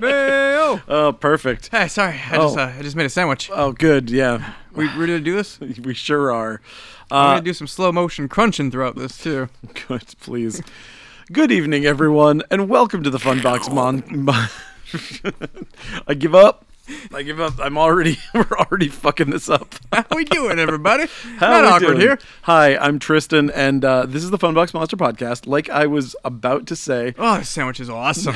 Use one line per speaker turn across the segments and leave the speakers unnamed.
Mayo.
Oh, perfect.
Hey, sorry, I just
Oh.
uh, I just made a sandwich.
Oh, good. Yeah,
we ready to do this?
we sure are.
I'm
Uh,
gonna do some slow motion crunching throughout this too.
good, please. Good evening, everyone, and welcome to the Funbox Mon. Mon- I give up. I give up. I'm already. We're already fucking this up.
How we doing, everybody?
How
Not
we
awkward
doing?
here.
Hi, I'm Tristan, and uh, this is the Funbox Monster Podcast. Like I was about to say,
Oh, this sandwich is awesome.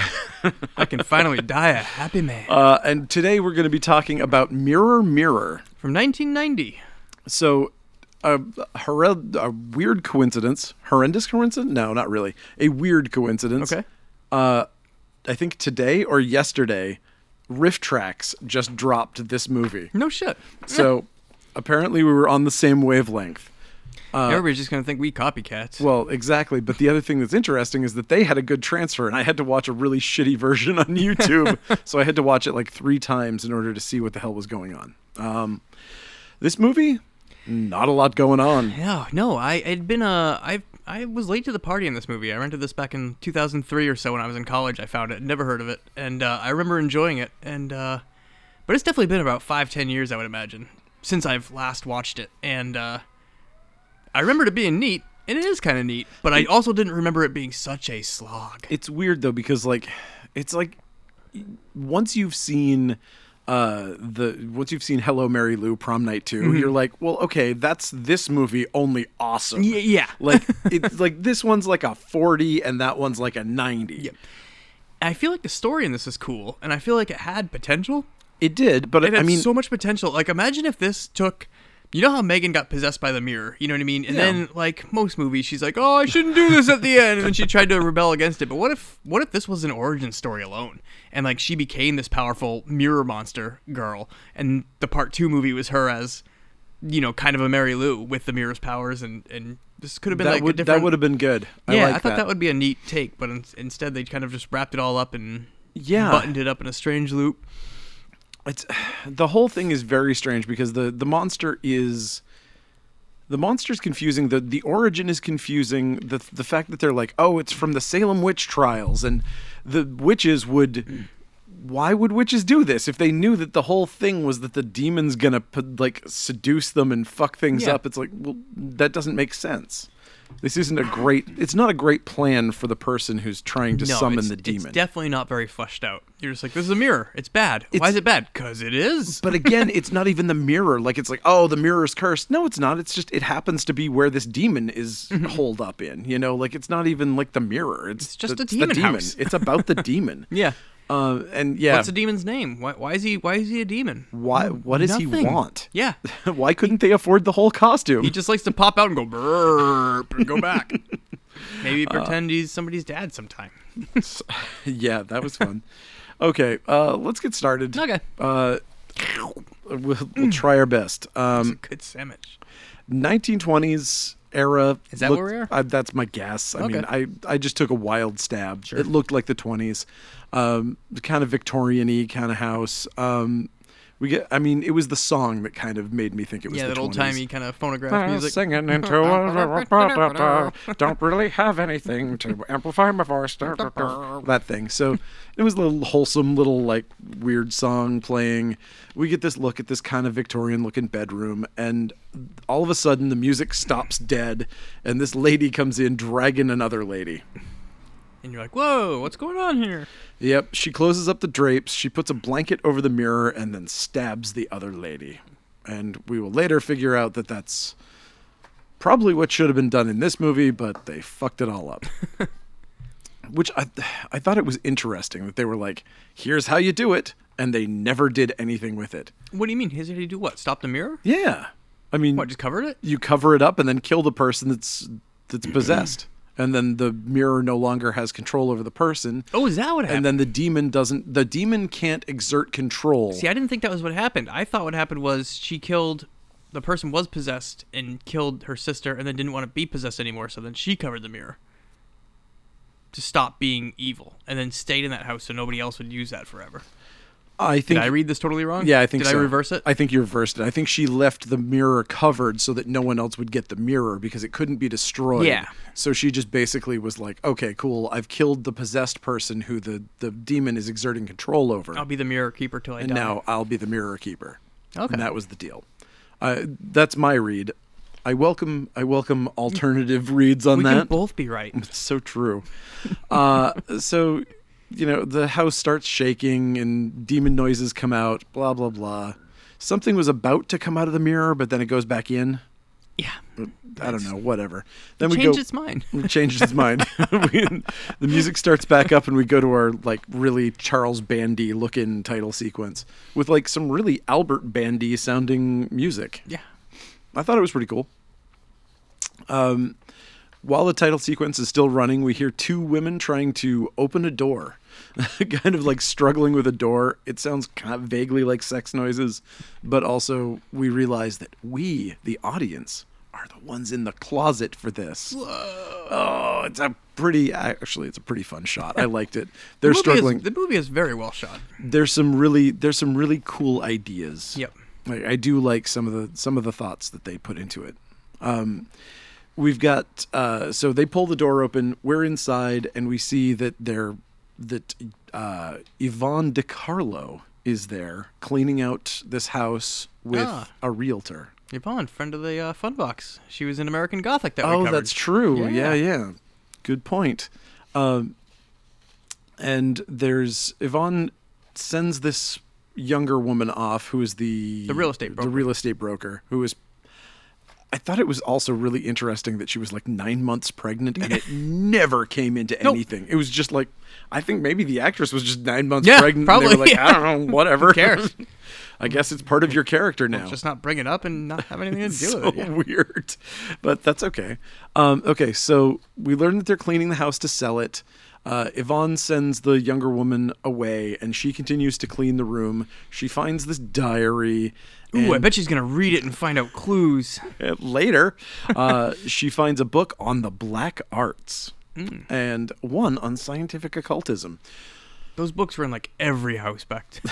I can finally die a happy man.
uh, and today we're going to be talking about Mirror Mirror.
From 1990.
So, a, horre- a weird coincidence, horrendous coincidence? No, not really. A weird coincidence.
Okay.
Uh, I think today or yesterday, Riff Tracks just dropped this movie.
No shit.
So, apparently, we were on the same wavelength. Uh.
Everybody's just gonna think we copycats.
Well, exactly. But the other thing that's interesting is that they had a good transfer, and I had to watch a really shitty version on YouTube. so I had to watch it like three times in order to see what the hell was going on. Um, this movie, not a lot going on.
Yeah, no, I had been uh, I I was late to the party in this movie. I rented this back in 2003 or so when I was in college. I found it, never heard of it, and uh, I remember enjoying it. And uh, but it's definitely been about five, ten years, I would imagine, since I've last watched it. And uh, I remember it being neat, and it is kind of neat. But I also didn't remember it being such a slog.
It's weird though because like, it's like once you've seen uh the once you've seen Hello Mary Lou Prom Night 2
Mm-hmm.
you're like well okay that's this movie only awesome
Yeah, yeah.
like it's like this one's like a 40 and that one's like a 90
I feel like the story in this is cool, and I feel like it had potential.
it did but
It
I
had
mean
so much potential. Like, imagine if this took. You know how Megan got possessed by the mirror, you know what I mean? And
Yeah.
then, like most movies, she's like, "Oh, I shouldn't do this at the end," and then she tried to rebel against it. But what if, what if this was an origin story alone, and like she became this powerful mirror monster girl, and the part two movie was her as, you know, kind of a Mary Lou with the mirror's powers, and and this could have been
that
like a
would
different.
that would have been good. I
yeah,
like
I thought that. would be a neat take, but in, instead they kind of just wrapped it all up and
Yeah.
buttoned it up in a strange loop.
It's the whole thing is very strange because the the monster is the monster's confusing. the The origin is confusing. the The fact that they're like, oh, it's from the Salem witch trials, and the witches would. Why would witches do this if they knew that the whole thing was that the demon's gonna put, like seduce them and fuck things
Yeah.
up? It's like, well, that doesn't make sense. This isn't a great. It's not a great plan for the person who's trying to summon
it's,
the demon.
It's definitely not very fleshed out. You're just like, this is a mirror. It's bad. Why is it bad? Because it is.
but again, it's not even the mirror. Like it's like, oh, the mirror's cursed. No, it's not. It's just it happens to be where this demon is holed up in. You know, like it's not even like the mirror. It's,
Mm-hmm. It's just a
the,
demon
The
house.
It's about the demon.
yeah.
Uh, and yeah,
What's a demon's name? Why, why is he? Why is he a demon?
why? What does he
Nothing.
want?
Yeah.
Why couldn't they afford the whole costume?
He just likes to pop out and go burp and go back. Maybe
Uh,
pretend he's somebody's dad sometime.
yeah, that was fun. okay, uh, let's get started.
Okay.
Uh, we'll, we'll try our best. Um,
Good sandwich.
1920s era.
Is that
looked-
where we are?
I, that's my guess. I mean, I,
Okay.
I just took a wild stab. It looked like the 20s, um, kind of Victorian-y kind of house. Um, we get. I mean, it was the song that kind of made me think it was
Yeah,
the
that old
20s.
timey kind of phonograph music.
Singing into a don't really have anything to amplify my voice.
that thing. So it was a little wholesome, little like weird song playing. We get this look at this kind of Victorian looking bedroom, and all of a sudden the music stops dead, and this lady comes in dragging another lady.
And you're like, whoa, what's going on here?
Yep, she closes up the drapes, she puts a blanket over the mirror, and then stabs the other lady. And we will later figure out that that's probably what should have been done in this movie, but they fucked it all up. Which I, I thought it was interesting that they were like, here's how you do it, and they never did anything with it.
What do you mean? His did he do what? Stop the mirror?
Yeah. I mean,
What? Just covered it?
you cover it up and then kill the person that's that's possessed. And then the mirror no longer has control over the person
Oh, is that what happened?
and then the demon doesn't the demon can't exert control
See, I didn't think that was what happened. I thought what happened was she killed the person was possessed and killed her sister and then didn't want to be possessed anymore, so then she covered the mirror to stop being evil and then stayed in that house so nobody else would use that forever.
I
Did
think
I read this totally wrong?
Yeah, I think
Did
so.
I reverse it?
I think you reversed it. I think she left the mirror covered so that no one else would get the mirror because it couldn't be destroyed.
Yeah.
So she just basically was like, "Okay, cool. I've killed the possessed person who the the demon is exerting control over,
I'll be the mirror keeper till I
and
die.
now I'll be the mirror keeper."
Okay.
And that was the deal. Uh, that's my read. I welcome I welcome alternative reads on
we
that.
can both be right.
It's so true. Uh, so, you know, the house starts shaking and demon noises come out, blah, blah, blah. Something was about to come out of the mirror, but then it goes back in.
Yeah.
I don't know, whatever. Then we
Change
go.
its mind.
It changes its mind. We- the music starts back up, and we go to our like really Charles Bandy looking title sequence with like some really Albert Bandy sounding music.
Yeah.
I thought it was pretty cool. Um, while the title sequence is still running, we hear two women trying to open a door, kind of like struggling with a door. It sounds kind of vaguely like sex noises, but also we realize that we, the audience, are the ones in the closet for this. Oh, it's a pretty actually, it's a pretty fun shot. I liked it. They're
the movie is-
struggling
the movie is very well shot.
there's some really there's some really cool ideas.
Yep.
Like, I do like some of the some of the thoughts that they put into it. Um, we've got uh, so they pull the door open. We're inside, and we see that they're that uh, Yvonne DiCarlo is there cleaning out this house with
Ah.
a realtor.
Yvonne, friend of the uh, fun box. She was in American Gothic that
Oh,
we covered.
that's true.
Yeah.
Yeah, yeah. Good point. Um, and there's Yvonne sends this younger woman off who is the
The real estate broker.
the real estate broker who is. I thought it was also really interesting that she was like nine months pregnant and it never came into
Nope.
anything. It was just like, I think maybe the actress was just nine months
Yeah,
pregnant.
probably,
And they were like,
yeah.
I don't know, whatever.
cares?
I guess it's part of your character now
Just not bring it up and not have anything to do
so
with it. Yeah.
weird, but that's okay. Um, okay, so we learn that they're cleaning the house to sell it. Uh, Yvonne sends the younger woman away, and she continues to clean the room. She finds this diary.
Ooh, I
and-
bet she's gonna read it and find out clues.
uh, later, uh, she finds a book on the black arts
Mm.
and one on scientific occultism.
Those books were in like every house back.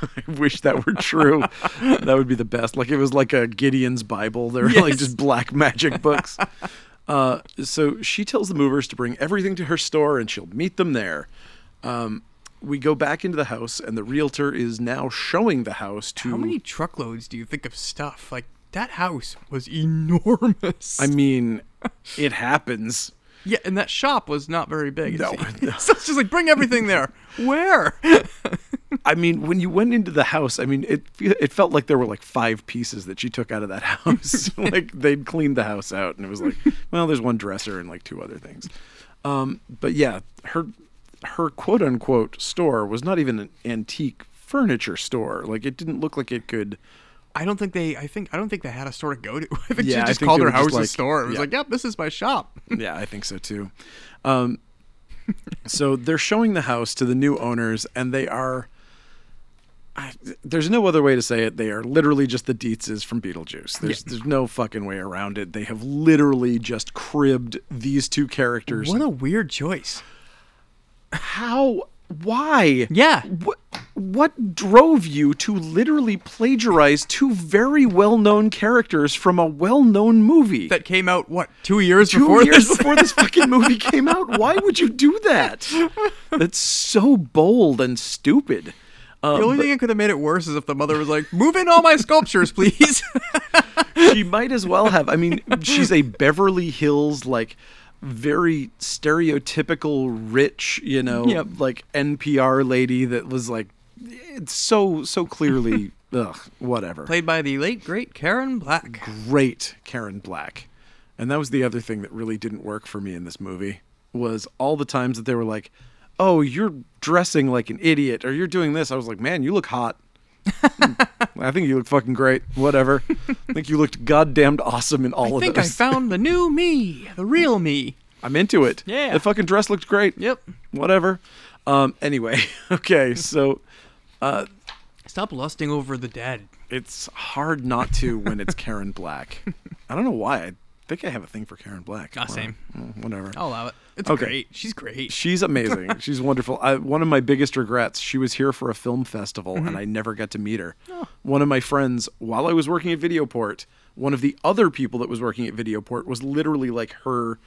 Then.
I wish that were true. that would be the best. Like it was like a Gideon's Bible. They're like
Yes.
just black magic books. uh, so she tells the movers to bring everything to her store, and she'll meet them there. Um, we go back into the house, and the realtor is now showing the house to.
How many truckloads do you think of stuff? Like that house was enormous.
I mean, it happens.
yeah, and that shop was not very big. it
No,
seemed.
no.
so it's just like bring everything there. Where?
I mean, when you went into the house, I mean, it it felt like there were like five pieces that she took out of that house. like they'd cleaned the house out, and it was like, well, there's one dresser and like two other things. Um, but yeah, her her quote unquote store was not even an antique furniture store. Like it didn't look like it could.
I don't think they. I think I don't think they had a store to go to. I think
Yeah, I
she just
think
called
they
her
were just
house a
like-
store. It was
yeah.
like, yep, this is my shop.
Yeah, I think so too. Um, so they're showing the house to the new owners, and they are. I, there's no other way to say it. They are literally just the Dietzes from Beetlejuice. There's there's no fucking way around it. They have literally just cribbed these two characters.
What a weird choice.
How? Why?
Yeah.
What, what drove you to literally plagiarize two very well-known characters from a well-known movie?
That came out what two years
two
before
years
this?
before this fucking movie came out. Why would you do that? That's so bold and stupid. Uh,
the only thing that could have made it worse is if the mother was like, "Move in all my sculptures, please."
She might as well have. I mean, she's a Beverly Hills like very stereotypical rich, you know,
Yep.
like NPR lady that was like it's so so clearly ugh, whatever.
Played by the late great Karen Black.
great Karen Black. And that was the other thing that really didn't work for me in this movie was all the times that they were like, "Oh, you're dressing like an idiot or you're doing this." I was like, "Man, you look hot." I think you look fucking great. Whatever. I think you looked goddamned awesome in all
I
of
think I
those.
found the new me, the real me.
I'm into it.
Yeah.
The fucking dress looked great.
Yep.
Whatever. Um anyway, okay, so
Stop lusting over the dead.
it's hard not to when it's Karen Black. I don't know why. I think I have a thing for Karen Black.
Ah,
Or-
same. Oh,
mm, Whatever.
I'll allow it. It's
Okay.
great. She's great.
She's amazing. She's wonderful. I, one of my biggest regrets, she was here for a film festival
Mm-hmm.
and I never got to meet her.
Oh.
One of my friends, while I was working at Videoport, one of the other people that was working at Videoport was literally like her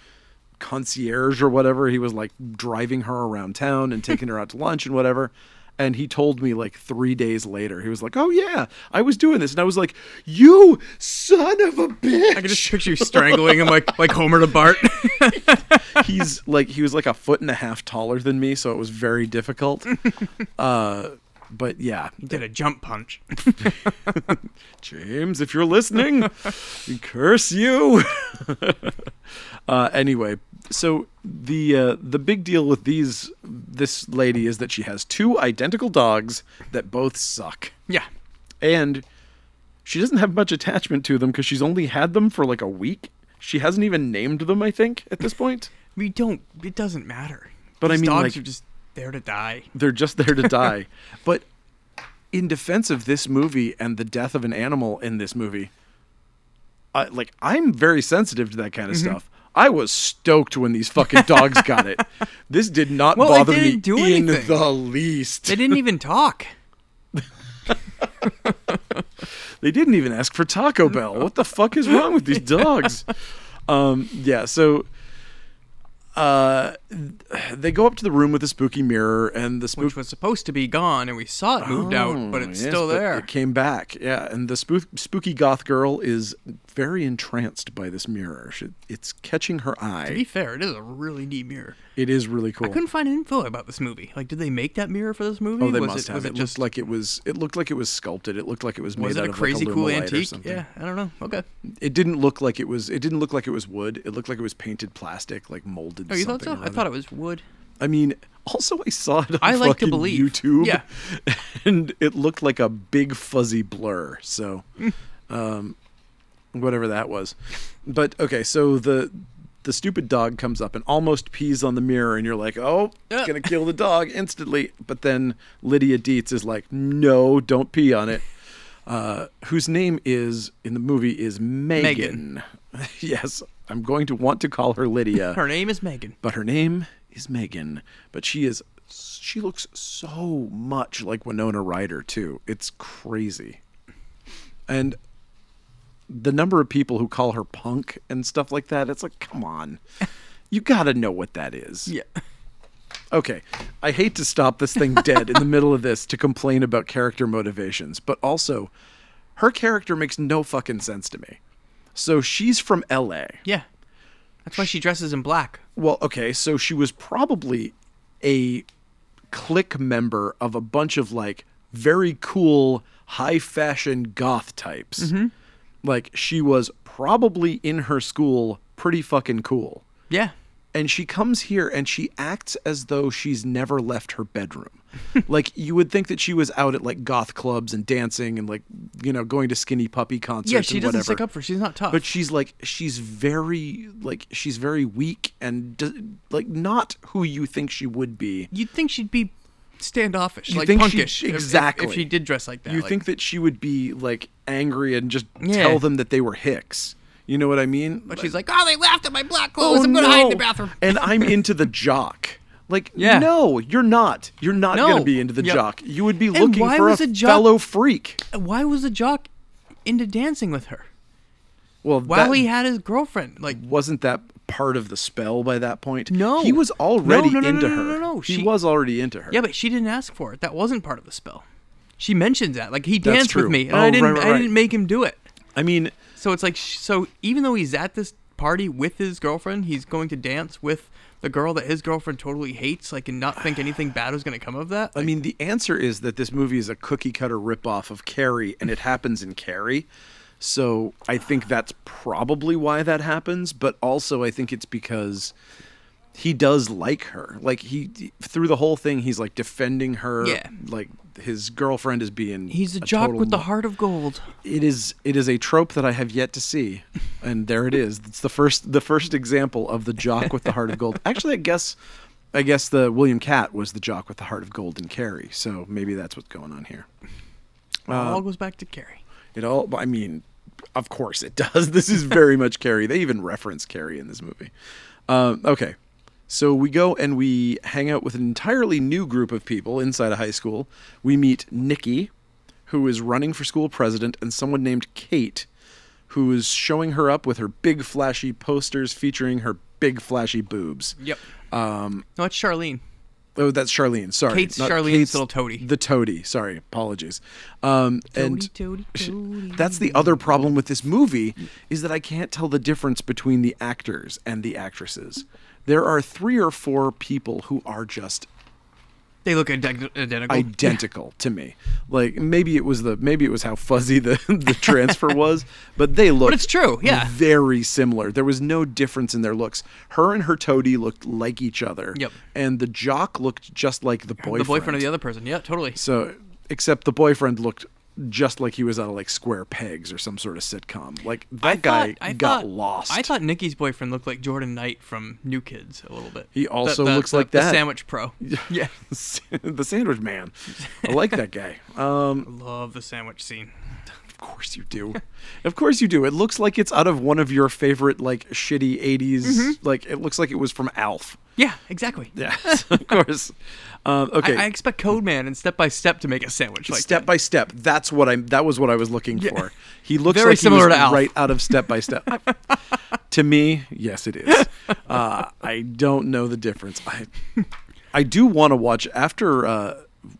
concierge or whatever. He was like driving her around town and taking her out to lunch and whatever. And he told me like three days later, he was like, Oh, yeah, I was doing this. And I was like, You son of a bitch.
I can just picture you strangling him like like Homer to Bart.
he's like he was like a foot and a half taller than me, so it was very difficult. uh, but yeah,
Did a jump punch.
James, if you're listening, curse you. uh, anyway, so the uh, the big deal with these this lady is that she has two identical dogs that both suck,
Yeah.
and she doesn't have much attachment to them because she's only had them for like a week. She hasn't even named them, I think, at this point.
We don't. It doesn't matter.
But I
These
mean,
dogs
like-
are just there to die.
They're just there to die. but in defense of this movie and the death of an animal in this movie, I, like I'm very sensitive to that kind
Mm-hmm.
of stuff. I was stoked when these fucking dogs got it. This did not
Well, they
bother me
didn't do
in
anything.
the least.
They didn't even talk.
They didn't even ask for Taco Bell. What the fuck is wrong with these dogs? um, yeah, so uh, they go up to the room with the spooky mirror, and the spook
Which was supposed to be gone, and we saw it moved out, but
Oh,
it's
yes,
still
but
there.
It came back, yeah. And the spook- spooky goth girl is very entranced by this mirror. She, it's catching her
to be
eye.
fair, it is a really neat mirror.
It is really cool.
I couldn't find info about this movie. Like, did they make that mirror for this movie?
oh, they
was
must
it,
have.
Was
It,
it just
looked like it was. It looked like it was sculpted. It looked like it was made
was
out
it a
of
crazy
like a
cool
Lumilite or
antique?
something.
Yeah, I don't know. Okay.
It didn't look like it was. It didn't look like it was wood. It looked like it was painted plastic, like molded.
Oh, you thought
something
so?
or
I
other.
thought it was wood.
I mean, also I saw it on
I like to
fucking
believe.
YouTube.
Yeah.
And it looked like a big fuzzy blur. So um whatever that was. But okay, so the the stupid dog comes up and almost pees on the mirror and you're like, "Oh, it's
Uh.
going to kill the dog instantly." But then Lydia Dietz is like, "No, don't pee on it." Uh, whose name is in the movie is Megan.
Megan.
yes, I'm going to want to call her Lydia
Her name is Megan.
but her name is Megan. But she is she looks so much like Winona Ryder too. It's crazy. And the number of people who call her punk and stuff like that, it's like, come on. You gotta know what that is.
Yeah.
Okay. I hate to stop this thing dead in the middle of this to complain about character motivations, but also her character makes no fucking sense to me. So she's from LA.
Yeah. That's why she dresses in black.
Well, okay, so she was probably a clique member of a bunch of like very cool, high fashion goth types.
Mm-hmm.
Like she was probably in her school pretty fucking cool.
Yeah.
And she comes here and she acts as though she's never left her bedroom. like you would think that she was out at like goth clubs and dancing and like you know going to skinny puppy concerts
Yeah, she
and
doesn't
whatever
stick up for. She's not tough.
but she's like she's very like she's very weak and does, like not who you think she would be
You'd think she'd be standoffish,
You
like
think she'd-
punkish. if- if- If,
exactly.
she did dress like that.
you
like-
think that she would be like angry and just
Yeah.
tell them that they were hicks you know what i mean
But she's like, oh, they laughed at my black
Oh,
clothes. I'm gonna hide in the bathroom.
and i'm into the jock like
Yeah.
no you're not you're not gonna
No.
be into the
Yep.
jock you would be
And
looking
why
for
was
a,
a jock-
fellow freak
Why was the jock into dancing with her
well
while
that
he had his girlfriend? Like,
wasn't that part of the spell by that point
No.
he was
No,
already
no, no, no,
into
no,
her
no, no, no.
he
She-
was already into her
yeah, but she didn't ask for it. That wasn't part of the spell. She mentions that. Like, he
That's
danced
true.
with me, and
Oh,
I didn't.
right, right,
I
right.
didn't make him do it.
i mean
So it's like, sh- so even though he's at this party with his girlfriend, he's going to dance with the girl that his girlfriend totally hates, like, and not think anything bad is going to come of that.
I mean, the answer is that this movie is a cookie cutter ripoff of Carrie, and it happens in Carrie. So I think that's probably why that happens, but also I think it's because he does like her. Like he through the whole thing, he's like defending her.
Yeah.
Like his girlfriend is being.
he's a, jock
total
with the
mo-
heart of gold.
It is. It is a trope that I have yet to see, and there it is. It's the first. The first example of the jock with the heart of gold. Actually, I guess. I guess the William Cat was the jock with the heart of gold and Carrie. So maybe that's what's going on here. Uh,
all goes back to Carrie.
It all. I mean, of course it does. This is very much Carrie. They even reference Carrie in this movie. Um, okay, So we go and we hang out with an entirely new group of people inside a high school. We meet Nikki, who is running for school president, and someone named Kate, who is showing her up with her big flashy posters featuring her big flashy boobs.
Yep. Um, no, it's Charlene.
Oh, that's Charlene. Sorry,
Kate's
not
Charlene's
Kate's-
little toady.
The toady. Sorry, apologies. Um, and
Toady,
sh-
toady,
that's the other problem with this movie is that I can't tell the difference between the actors and the actresses. There are three or four people who are just
They look ident- identical.
identical to me. Like maybe it was the maybe it was how fuzzy the the transfer was, but they looked.
it's true, yeah.
Very similar. There was no difference in their looks. Her and her toady looked like each other.
Yep.
And the jock looked just like the boyfriend.
the boyfriend of the other person. Yeah, totally.
So except the boyfriend looked just like he was out of like Square Pegs or some sort of sitcom. Like that guy
I
got
thought-
lost.
I thought Nikki's boyfriend looked like Jordan Knight from New Kids a little bit.
He
The-
also
the-
looks
the-
like that.
The sandwich pro.
yeah, the sandwich man. I like that guy. Um,
Love the sandwich scene.
Of course you do. of course you do. It looks like it's out of one of your favorite like shitty 80s
Mm-hmm.
like it looks like it was from Alf.
Yeah, exactly.
Yeah. of course. Um, okay.
I, I expect Codeman and Step by Step to make a sandwich like
step
that.
by step. That's what I'm that was what I was looking for. He looks
Very
like
similar
he was
to Alf.
right out of step by step. to me, yes it is. Uh, I don't know the difference. I I do want to watch after uh,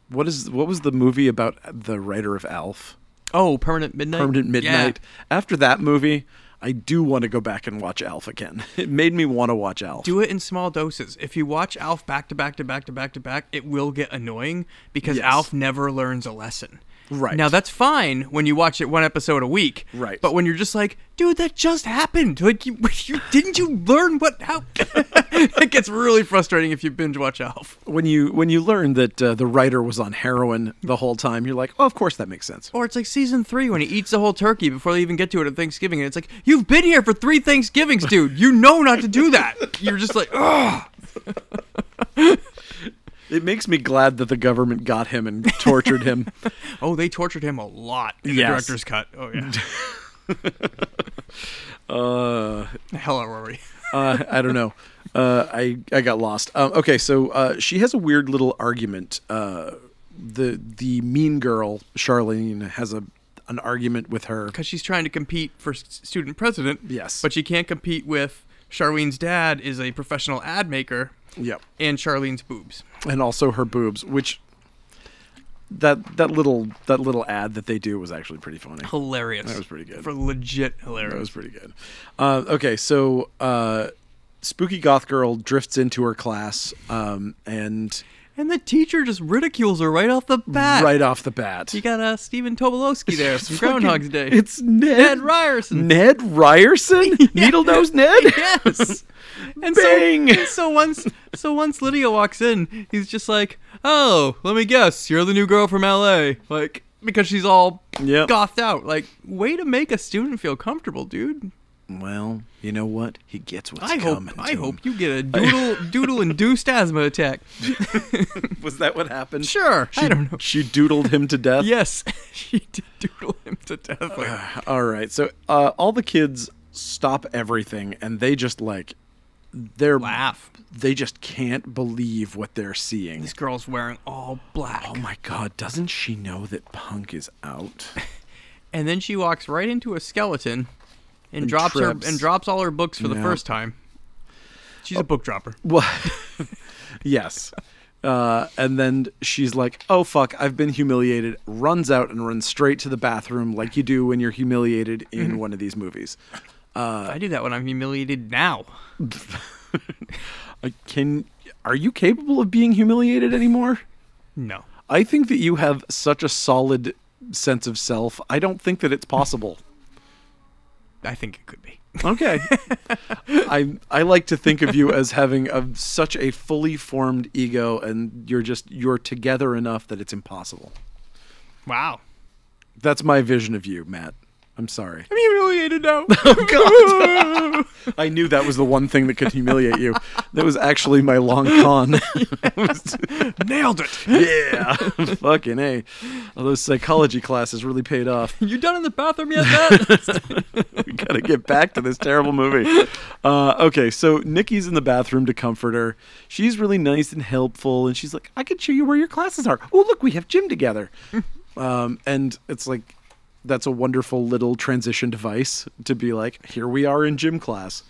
what is what was the movie about the writer of Alf?
Oh, Permanent Midnight.
Permanent
Yeah.
Midnight. After that movie, I do want to go back and watch Alf again. It made me want to watch Alf.
Do it in small doses. If you watch Alf back to back to back to back to back, it will get annoying because
Yes.
Alf never learns a lesson.
Right.
Now that's fine when you watch it one episode a week.
Right.
But when you're just like, dude, that just happened. Like you, you didn't you learn what how It gets really frustrating if you binge watch Alf.
when you when you learn that uh, the writer was on heroin the whole time, you're like, oh, of course that makes sense.
Or it's like season three when he eats the whole turkey before they even get to it at Thanksgiving, and it's like, You've been here for three Thanksgivings, dude. You know not to do that. You're just like, Ugh.
It makes me glad that the government got him and tortured him.
Oh, they tortured him a lot in
Yes.
the director's cut. Oh yeah.
uh,
Hello, Rory.
uh, I don't know. Uh, I I got lost. Um, okay, so uh, she has a weird little argument. Uh, the the mean girl Charlene has a an argument with her.
because she's trying to compete for s- student president.
Yes.
But she can't compete with Charlene's dad is a professional ad maker
Yep.
and Charlene's boobs.
and also her boobs, which that that little that little ad that they do was actually pretty funny.
Hilarious.
That was pretty good.
For legit hilarious.
That was pretty good. Uh, okay, so uh, spooky goth girl drifts into her class, um, and
and the teacher just ridicules her right off the bat.
right off the bat,
You got uh, Stephen Tobolowsky there from
Fucking-
Groundhog's Day.
It's Ned,
Ned Ryerson.
Ned Ryerson, needle nose Ned.
yes. And
Bang!
so and so once so once Lydia walks in, he's just like, "Oh, let me guess, you're the new girl from LA." Like because she's all
Yep.
gothed out. Like, way to make a student feel comfortable, dude.
Well, you know what? He gets what's
I hope
coming. to
I
him.
hope you get a doodle doodle induced asthma attack.
was that what happened.
Sure.
She,
I don't know.
She doodled him to death.
Yes. she did doodle him to death. Like,
All right. So uh, all the kids stop everything and they just like they're
laugh.
they just can't believe what they're seeing.
This girl's wearing all black.
Oh my god, doesn't she know that punk is out?
and then she walks right into a skeleton and, drops
trips.
her and drops all her books for the
Yeah.
first time. She's a book dropper.
Well, yes. Uh, and then she's like, "Oh fuck, I've been humiliated." Runs out and runs straight to the bathroom like you do when you're humiliated in one of these movies.
I do that when I'm humiliated now.
Uh, can are you capable of being humiliated anymore?
No.
I think that you have such a solid sense of self. I don't think that it's possible.
I think it could be.
Okay. I I like to think of you as having a, such a fully formed ego and you're just you're together enough that it's impossible.
Wow.
That's my vision of you, Matt. I'm sorry.
I'm humiliated now.
God. I knew that was the one thing that could humiliate you. That was actually my long con.
Nailed it.
yeah. Fucking A. Those psychology classes really paid off.
You done in the bathroom yet, Matt?
gotta get back to this terrible movie. Uh, okay, so Nikki's in the bathroom to comfort her. She's really nice and helpful, and she's like, "I can show you where your classes are. Oh, look, we have gym together." um, and it's like, that's a wonderful little transition device to be like, "Here we are in gym class."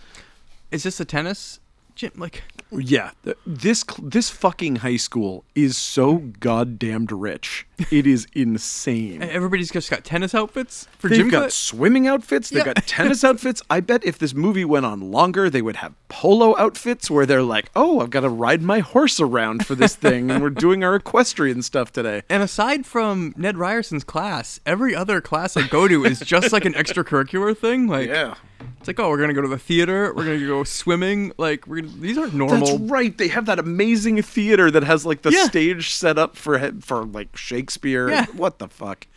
Is this a tennis gym? Like,
Yeah, th- this cl- this fucking high school is so goddamned rich. It is insane.
everybody's just got tennis outfits for
They've
gym
got
class?
swimming outfits. They've
Yeah.
got tennis outfits. I bet if this movie went on longer, they would have polo outfits where they're like, "Oh, I've got to ride my horse around for this thing, and we're doing our equestrian stuff today."
And aside from Ned Ryerson's class, every other class I go to is just like an extracurricular thing. Like, it's like, oh, we're gonna go to the theater. We're gonna go swimming. Like, we're gonna, these aren't
That's
normal.
right. They have that amazing theater that has like the
Yeah.
stage set up for he- for like Shakespeare.
Yeah.
What the fuck?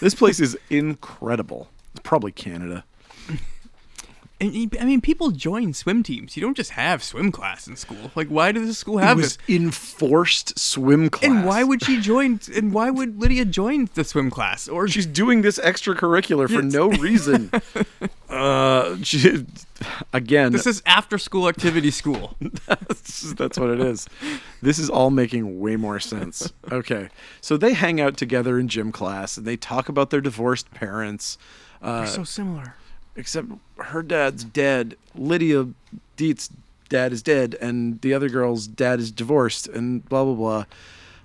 this place is incredible. It's probably Canada.
And, you- I mean, people join swim teams. You don't just have swim class in school. Like, why does this school
It
have
was
this?
enforced swim class.
And why would she join? And why would Lydia join the swim class? Or
She's doing this extracurricular for no reason. uh, she, again,
this is after-school activity school.
that's, that's what it is. This is all making way more sense. Okay, so they hang out together in gym class and they talk about their divorced parents. Uh,
They're so similar.
except her dad's dead. Lydia Dietz' dad is dead, and the other girl's dad is divorced, and blah blah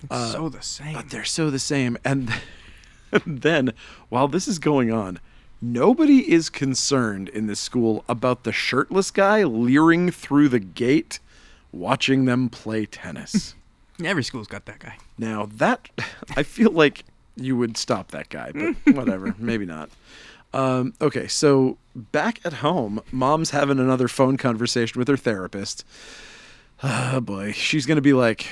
blah.
so the same.
But they're so the same. And then, while this is going on, nobody is concerned in this school about the shirtless guy leering through the gate, watching them play tennis.
Every school's got that guy.
Now that I feel like you would stop that guy, but whatever, maybe not. Um, okay, so back at home, mom's having another phone conversation with her therapist. Oh boy, she's gonna be like,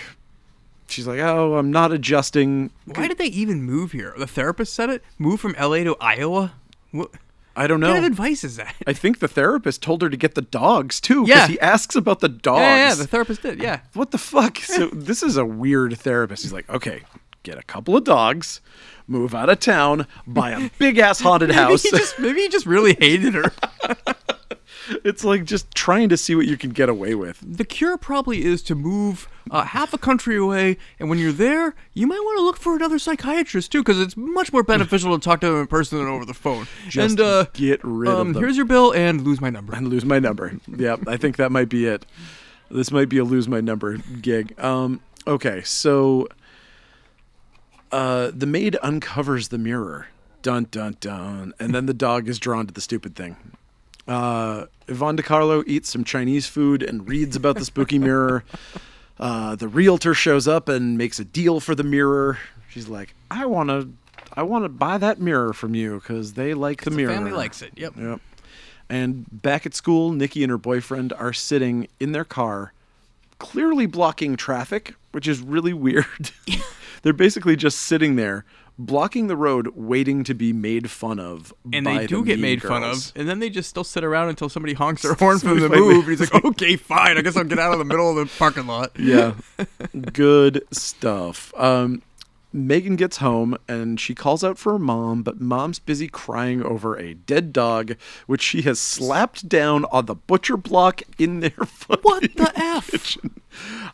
she's like, oh, I'm not adjusting.
Why did they even move here? The therapist said it. Move from L.A. to Iowa. What
I don't know.
kind of advice is that?
I think the therapist told her to get the dogs too, because
Yeah.
he asks about the dogs.
Yeah, yeah, the therapist did. Yeah.
what the fuck? So this is a weird therapist. He's like, okay, get a couple of dogs, move out of town, buy a big ass haunted
Maybe
house.
he just maybe he just really hated her.
it's like just trying to see what you can get away with.
the cure probably is to move uh, half a country away, and when you're there, you might want to look for another psychiatrist too, because it's much more beneficial to talk to them in person than over the phone.
Just
and uh,
get rid of
um,
them.
Here's your bill, and lose my number.
and lose my number. Yep, I think that might be it. This might be a lose my number gig. Um, okay, so uh, the maid uncovers the mirror. Dun dun dun, and then the dog is drawn to the stupid thing. Uh, Yvonne DiCarlo eats some Chinese food and reads about the spooky mirror. Uh, the realtor shows up and makes a deal for the mirror. She's like, "I want to, I want to buy that mirror from you because they like the
The
mirror."
family likes it. Yep.
Yep. And back at school, Nikki and her boyfriend are sitting in their car, clearly blocking traffic, which is really weird. They're basically just sitting there, blocking the road, waiting to be made fun of.
And
by
they do
the
get
mean
made fun
girls.
of, and then they just still sit around until somebody honks their horn for
Somebody
the
finally-
move. And he's like, "Okay, fine. I guess I'll get out of the middle of the parking lot."
Yeah. Good stuff. Um, Megan gets home and she calls out for her mom, but mom's busy crying over a dead dog, which she has slapped down on the butcher block in their fucking
What the f?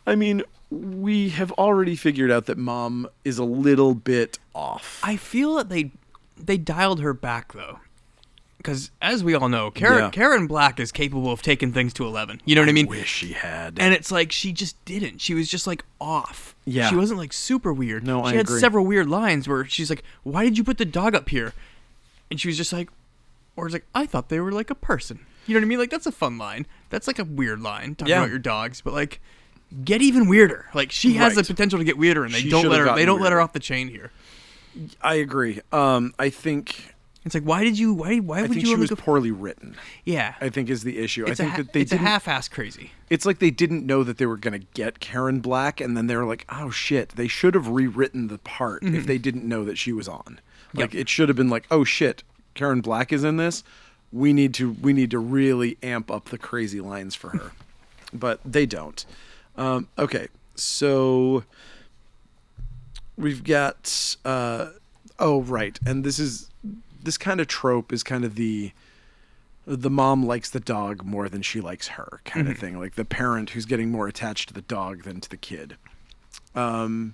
I mean, we have already figured out that mom is a little bit off.
I feel that they they dialed her back though, because as we all know, Karen
Yeah.
Karen Black is capable of taking things to eleven. You know what I mean?
wish she had.
And it's like she just didn't. She was just like off.
Yeah.
She wasn't like super weird.
No,
she
I
had
agree.
several weird lines where she's like, "Why did you put the dog up here?" And she was just like, or it's like, "I thought they were like a person." You know what I mean? Like that's a fun line. That's like a weird line talking
Yeah.
about your dogs, but like. Get even weirder. Like she has the
Right.
potential to get weirder, and they
She
don't
should've
let her. They
gotten
don't let her
weirder.
off the chain here.
I agree. Um, I think
It's like why did you? Why? Why
I
would
think
you
she
only
was
go?
poorly written.
Yeah.
I think is the issue.
It's,
I think
a, ha-
that they
it's a
didn't.
half-ass crazy.
it's like they didn't know that they were going to get Karen Black, and then they were like, "Oh shit!" They should have rewritten the part if they didn't know that she was on. Like it should have been like, "Oh shit, Karen Black is in this. We need to we need to really amp up the crazy lines for her," but they don't. Um, okay, so we've got uh, oh right, and this is this kind of trope is kind of the the mom likes the dog more than she likes her kind
Mm-hmm.
of thing like the parent who's getting more attached to the dog than to the kid um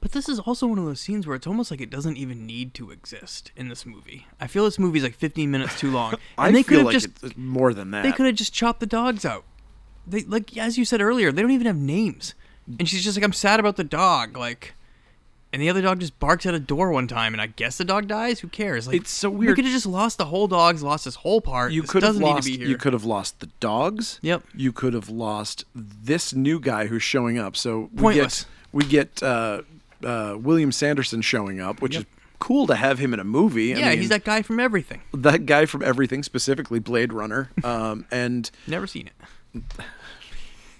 But this is also one of those scenes where it's almost like it doesn't even need to exist in this movie. I feel this movie's like 15 minutes too long, and
i
they could
feel
have
like
just
it's uh, more than that
they could have just chopped the dogs out. They like as you said earlier, they don't even have names, and she's just like, "I'm sad about the dog." Like, and the other dog just barks at a door one time, and I guess the dog dies. Who cares? Like,
It's so
We
weird.
could have just lost the whole dogs, lost this whole part.
you
This
could have
doesn't
lost
need to be here.
you could have lost the dogs
Yep.
you could have lost this new guy who's showing up so we
Pointless.
get we get uh uh william sanderson showing up which is cool to have him in a movie
yeah, he's that guy from everything.
that guy from everything specifically blade runner um and
Never seen it.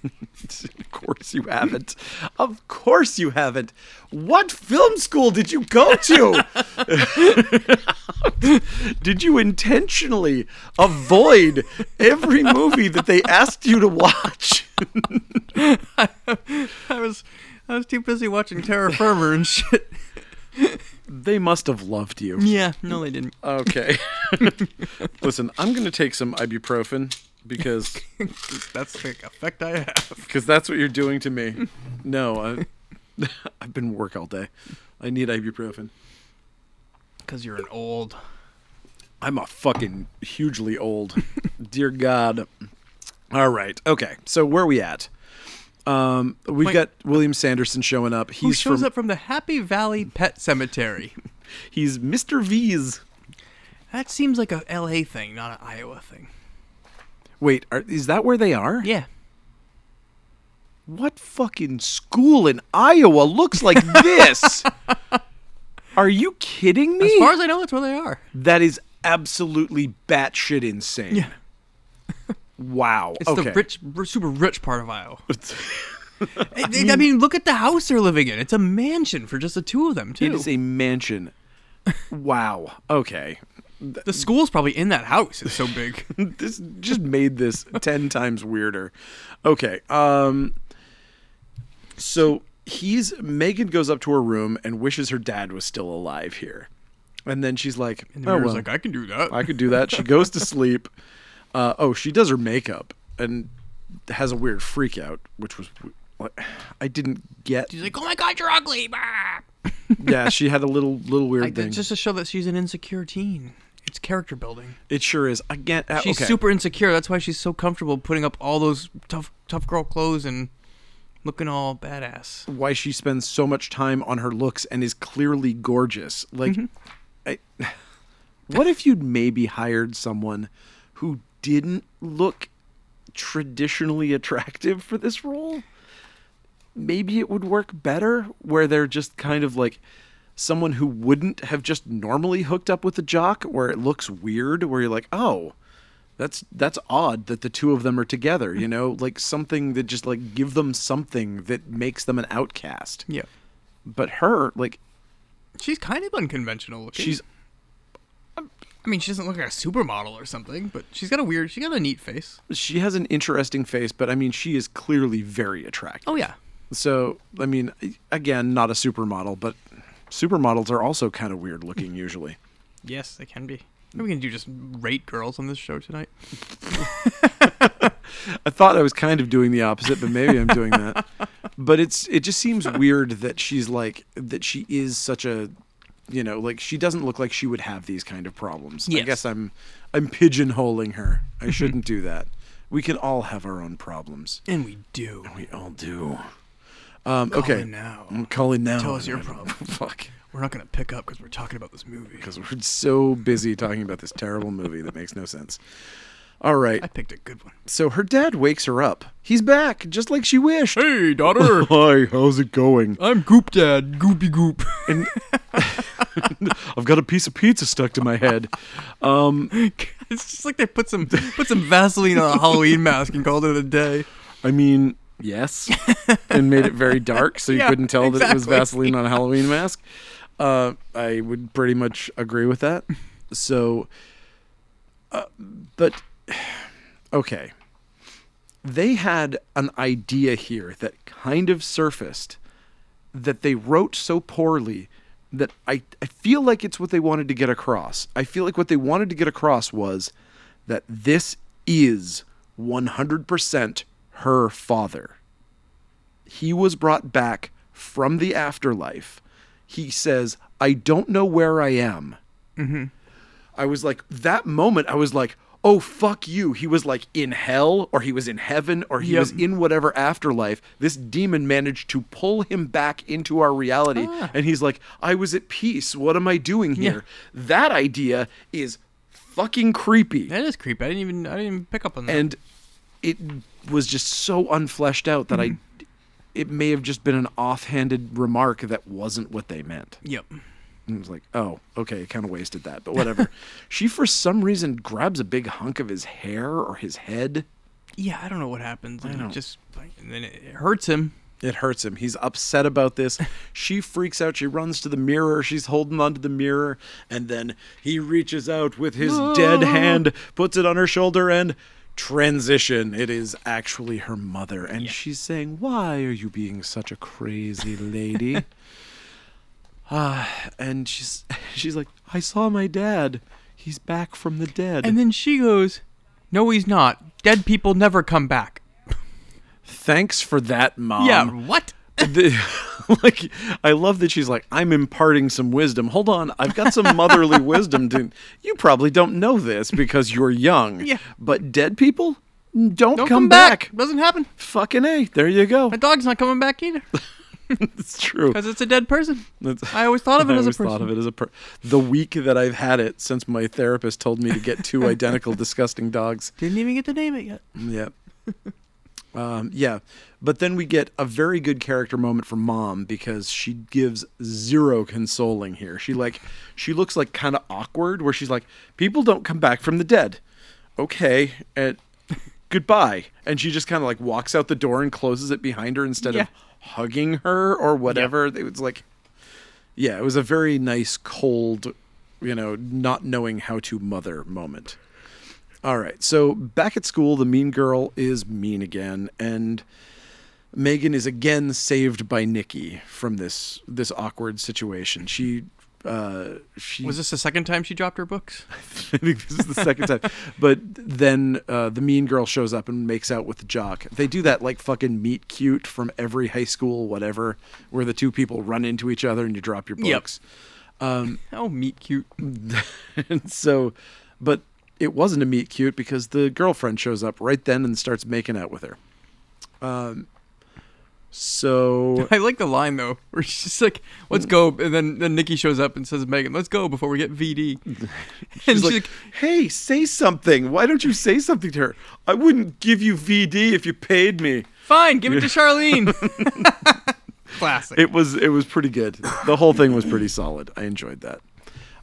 of course you haven't. Of course you haven't. What film school did you go to? did you intentionally avoid every movie that they asked you to watch?
I was I was too busy watching Terra Firma and shit.
they must have loved you.
Yeah, no, they didn't.
Okay. Listen, I'm going to take some ibuprofen because
That's the effect I have.
because that's what you're doing to me. No, I, I've been work all day. I need ibuprofen.
Because you're an old.
I'm a fucking hugely old. Dear God. All right. Okay. So where are we at? Um, we've
Wait.
got William Sanderson showing up. He's
Who shows
from
up from the Happy Valley Pet Cemetery?
he's Mr. V's.
That seems like a LA thing, not an Iowa thing.
Wait, are, is that where they are?
Yeah.
What fucking school in Iowa looks like this? are you kidding me?
As far as I know, that's where they are.
that is absolutely batshit insane. Wow.
It's
okay.
the rich, r- super rich part of Iowa. I, I mean, look at the house they're living in. It's a mansion for just the two of them, too.
It is a mansion. Wow. Okay.
the school's probably in that house. It's so big.
this just made this 10 times weirder okay um so he's megan goes up to her room and wishes her dad was still alive here and then she's like
And the
oh,
mirror's
well,
like, I can do that.
I could do that she goes to sleep uh oh she does her makeup and has a weird freak out which was like, i didn't get
She's like, oh my god, you're ugly. Bah!
yeah she had a little little weird
Like,
thing
it's just to show that she's an insecure teen. It's character building.
it sure is again uh,
She's
okay.
super insecure. That's why she's so comfortable putting up all those tough, tough girl clothes and looking all badass.
why she spends so much time on her looks and is clearly gorgeous. Like,
Mm-hmm.
I, what if you'd maybe hired someone who didn't look traditionally attractive for this role? Maybe it would work better where they're just kind of like someone who wouldn't have just normally hooked up with a jock where it looks weird where you're like, "Oh, that's that's odd that the two of them are together you know like something that just like give them something that makes them an outcast
Yeah.
but her like
She's kind of unconventional looking.
she's
I mean, she doesn't look like a supermodel or something, but she's got a weird, she got a neat face.
she has an interesting face but i mean she is clearly very attractive
Oh yeah.
so i mean again not a supermodel but supermodels are also kind of weird looking usually
Yes, they can be. What are we gonna do? Just rate girls on this show tonight?
I thought I was kind of doing the opposite, but maybe I'm doing that. But it's it just seems weird that she's like that she is such a you know, like she doesn't look like she would have these kind of problems. I
Yes. Mm-hmm.
guess I'm I'm pigeonholing her. I shouldn't do that. We can all have our own problems.
And we do.
We all do. Um, okay.
in Oh, now.
I'm calling now.
Tell us your problem.
Fuck.
We're not gonna pick up because we're talking about this movie.
Because we're so busy talking about this terrible movie that makes no sense. All right.
I picked a good one.
So her dad wakes her up. He's back, just like she wished.
Hey, daughter.
Hi, how's it going?
I'm Goop Dad. Goopy Goop.
And I've got a piece of pizza stuck to my head. Um,
it's just like they put some put some Vaseline on a Halloween mask and called it a day.
I mean, yes, and made it very dark so you
Yeah,
couldn't tell that it was
exactly.
Vaseline on a Halloween mask. Uh, I would pretty much agree with that. So, uh, but okay, they had an idea here that kind of surfaced that they wrote so poorly that I, I feel like it's what they wanted to get across. I feel like what they wanted to get across was that this is 100% her father. He was brought back from the afterlife. He says, I don't know where I am. I was like, that moment, I was like, oh, fuck you. He was like in hell or he was in heaven or he
Yep.
was in whatever afterlife. This demon managed to pull him back into our reality. And he's like, I was at peace. What am I doing here? That idea is fucking creepy.
That is creepy. I didn't even I didn't even pick up on that.
And it was just so unfleshed out that I. It may have just been an offhanded remark that wasn't what they meant.
yep.
And it was like, oh, okay, I kind of wasted that, but whatever. she, for some reason, grabs a big hunk of his hair or his head.
Yeah, I don't know what happens. and It just like, and then it hurts him.
It hurts him. He's upset about this. She freaks out. She runs to the mirror. She's holding onto the mirror. And then he reaches out with his dead hand, puts it on her shoulder, and transition. It is actually her mother. And she's saying, Why are you being such a crazy lady? Ah, and she's she's like, I saw my dad. He's back from the dead.
And then she goes, "No, he's not. Dead people never come back."
Thanks for that, mom.
yeah, what?
the, like I love that she's like I'm imparting some wisdom. Hold on, I've got some motherly wisdom. To, you probably don't know this because you're young.
Yeah.
But dead people don't,
Don't
come, back.
Doesn't happen.
Fucking a. There you go.
My dog's not coming back either
It's true.
because it's a dead person.
That's-
I always thought of it
I
as a
always
person.
thought of it as a per- the week that I've had it since my therapist told me to get two identical disgusting dogs.
Didn't even get to name it yet.
Yeah. Um, yeah. But then we get a very good character moment from mom because she gives zero consoling here. She like she looks like kind of awkward where she's like, people don't come back from the dead. Okay. And goodbye. And she just kind of like walks out the door and closes it behind her instead of
Yeah.
hugging her or whatever. It was like yeah, it was a very nice cold, you know, not knowing how to mother moment. All right. So back at school, the mean girl is mean again, and Megan is again saved by Nikki from this this awkward situation. She uh she
Was this the second time she dropped her books?
I think this is the second time. But then uh, the mean girl shows up and makes out with the jock. They do that like fucking meet cute from every high school, whatever, where the two people run into each other and you drop your
Yep.
books.
Oh, meet cute.
and so, but it wasn't a meet cute because the girlfriend shows up right then and starts making out with her. Um, so
I like the line though, where she's just like, "Let's go," and then then Nikki shows up and says, "Megan, let's go before we get VD." and
she's like, "Hey, say something! Why don't you say something to her? I wouldn't give you VD if you paid me."
"Fine, give it to Charlene." Classic.
It was it was pretty good. The whole thing was pretty solid. I enjoyed that.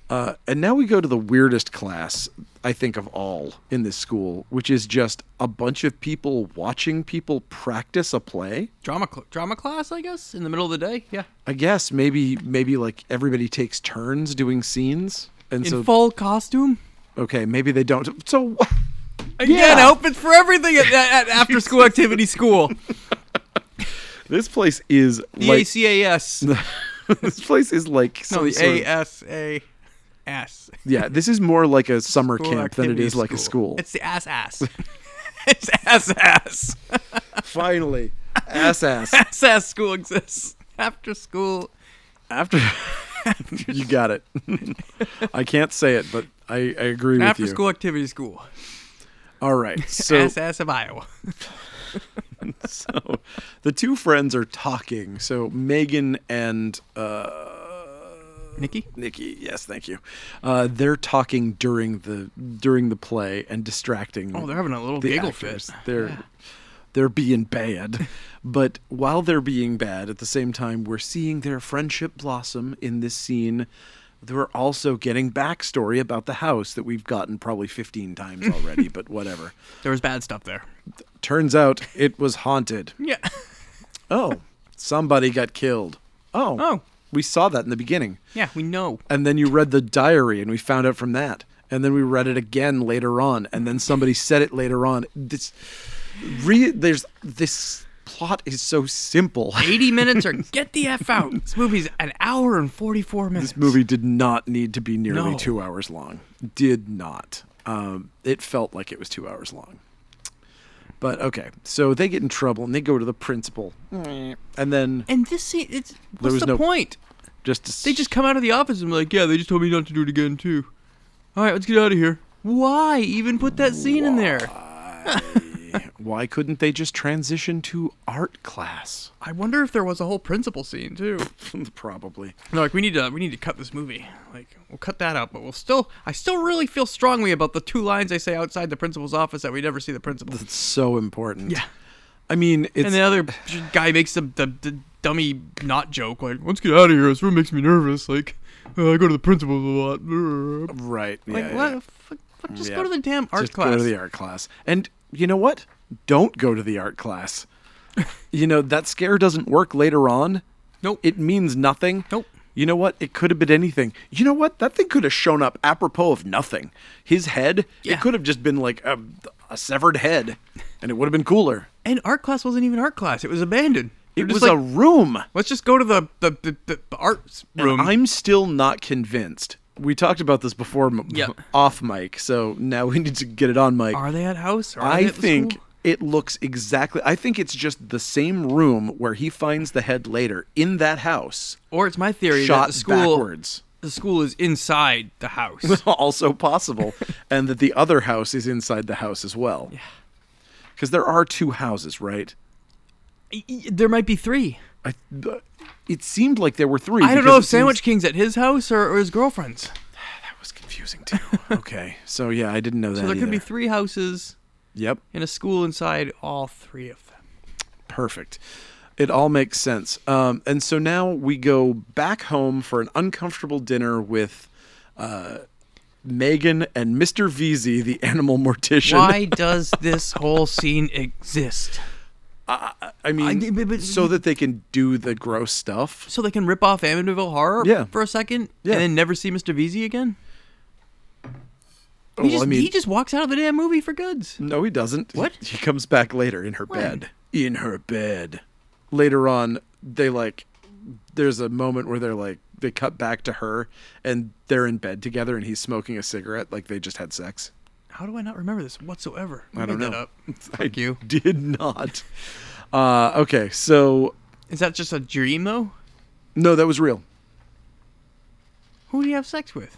Uh, and now we go to the weirdest class I think of all in this school, which is just a bunch of people watching people practice a play.
drama cl- drama class, I guess, in the middle of the day. Yeah,
I guess maybe maybe like everybody takes turns doing scenes, and
in
so
full costume.
okay, maybe they don't. So wha-
Again,
Yeah.
outfits for everything at, at, at after school activity school. E
this place is
The
like
ACAS.
this place is like
no,
some
the
sort of-
ASAS.
yeah. This is more like a summer
School
camp than it
activity
is like a school.
It's the ass ass. it's ass ass.
Finally, ass ass.
Ass ass school exists. After school
After you got it. I can't say it, but I, I agree with
after
you.
school activity school.
All right, so
Ass ass of Iowa.
so the two friends are talking. So Megan and uh,
Nikki?
Nikki, yes, thank you. Uh, they're talking during the during the play and distracting.
Oh, they're having a little
the
giggle
actors.
fit.
They're they're being bad, but while they're being bad, at the same time, we're seeing their friendship blossom in this scene. We're also getting backstory about the house that we've gotten probably 15 times already, but whatever.
There was bad stuff there.
Turns out it was haunted.
Yeah.
Oh, somebody got killed. Oh,
Oh.
we saw that in the beginning.
Yeah, we know.
And then you read the diary and we found out from that. And then we read it again later on. And then somebody said it later on. This re, there's this plot is so simple.
80 minutes or get the F out. This movie's an hour and 44 minutes.
This movie did not need to be nearly
No.
two hours long. Did not. Um, it felt like it was two hours long. But okay, so they get in trouble and they go to the principal, and then
And this scene, it's
There
what's
was
the
no-
point?
just to
They just come out of the office and be like, yeah, they just told me not to do it again too. All right, let's get out of here. Why even put that scene in there?
why couldn't they just transition to art class?
I wonder if there was a whole principal scene too.
Probably.
They're like, we need to we need to cut this movie. Like, we'll cut that out, but we'll still I still really feel strongly about the two lines I say outside the principal's office that we never see the principal.
It's so important.
Yeah.
I mean, it's
and the other guy makes the, the, the dummy not joke like, let's get out of here. This room makes me nervous. Like, uh, I go to the principal's a lot. Like,
right. Yeah, yeah,
what?
yeah.
Fuck, fuck, just
Yeah.
go to the damn art
just
class.
Go to the art class. And you know what? Don't go to the art class. you know, that scare doesn't work later on.
Nope.
It means nothing.
Nope.
You know what? It could have been anything. You know what? That thing could have shown up apropos of nothing. His head,
Yeah.
it could have just been like a, a severed head, and it would have been cooler.
and art class wasn't even art class. It was abandoned. They're
It
just
was
like,
a room.
let's just go to the the, the, the, the art room.
I'm still not convinced. We talked about this before m-
Yep.
off mic, so now we need to get it on mic.
Are they at house? Are they
I
at the
think
school?
it looks exactly. I think it's just the same room where he finds the head later in that house,
Or it's my theory that
shot
the school
backwards.
the school is inside the house.
also possible, and that the other house is inside the house as well. Yeah, because there are two houses, right?
Y- y- there might be three.
I, th- it seemed like there were three.
I don't
because
know
it
if
seems-
Sandwich King's at his house or, or his girlfriend's. So
that was confusing too. okay, so yeah, I didn't know that.
there could be
either.
three houses
Yep.
and a school inside all three of them.
Perfect. It all makes sense. Um, and so now we go back home for an uncomfortable dinner with uh, Megan and Mr. Veazey, the animal mortician.
Why does this whole scene exist?
I mean,
I did- but- but-
so that they can do the gross stuff.
So they can rip off Amityville Horror
Yeah.
for a second
Yeah.
and then never see Mr. Veazey again? He,
Well,
just,
I mean,
he just walks out of the damn movie for goods.
no, he doesn't.
What?
He comes back later in her bed. In her bed. Later on, they like, there's a moment where they're like, they cut back to her and they're in bed together and he's smoking a cigarette like they just had sex.
How do I not remember this whatsoever? You
I don't
made
know.
That up.
I
you.
did not. Uh, okay, so
Is that just a dream though?
no, that was real.
Who do you have sex with?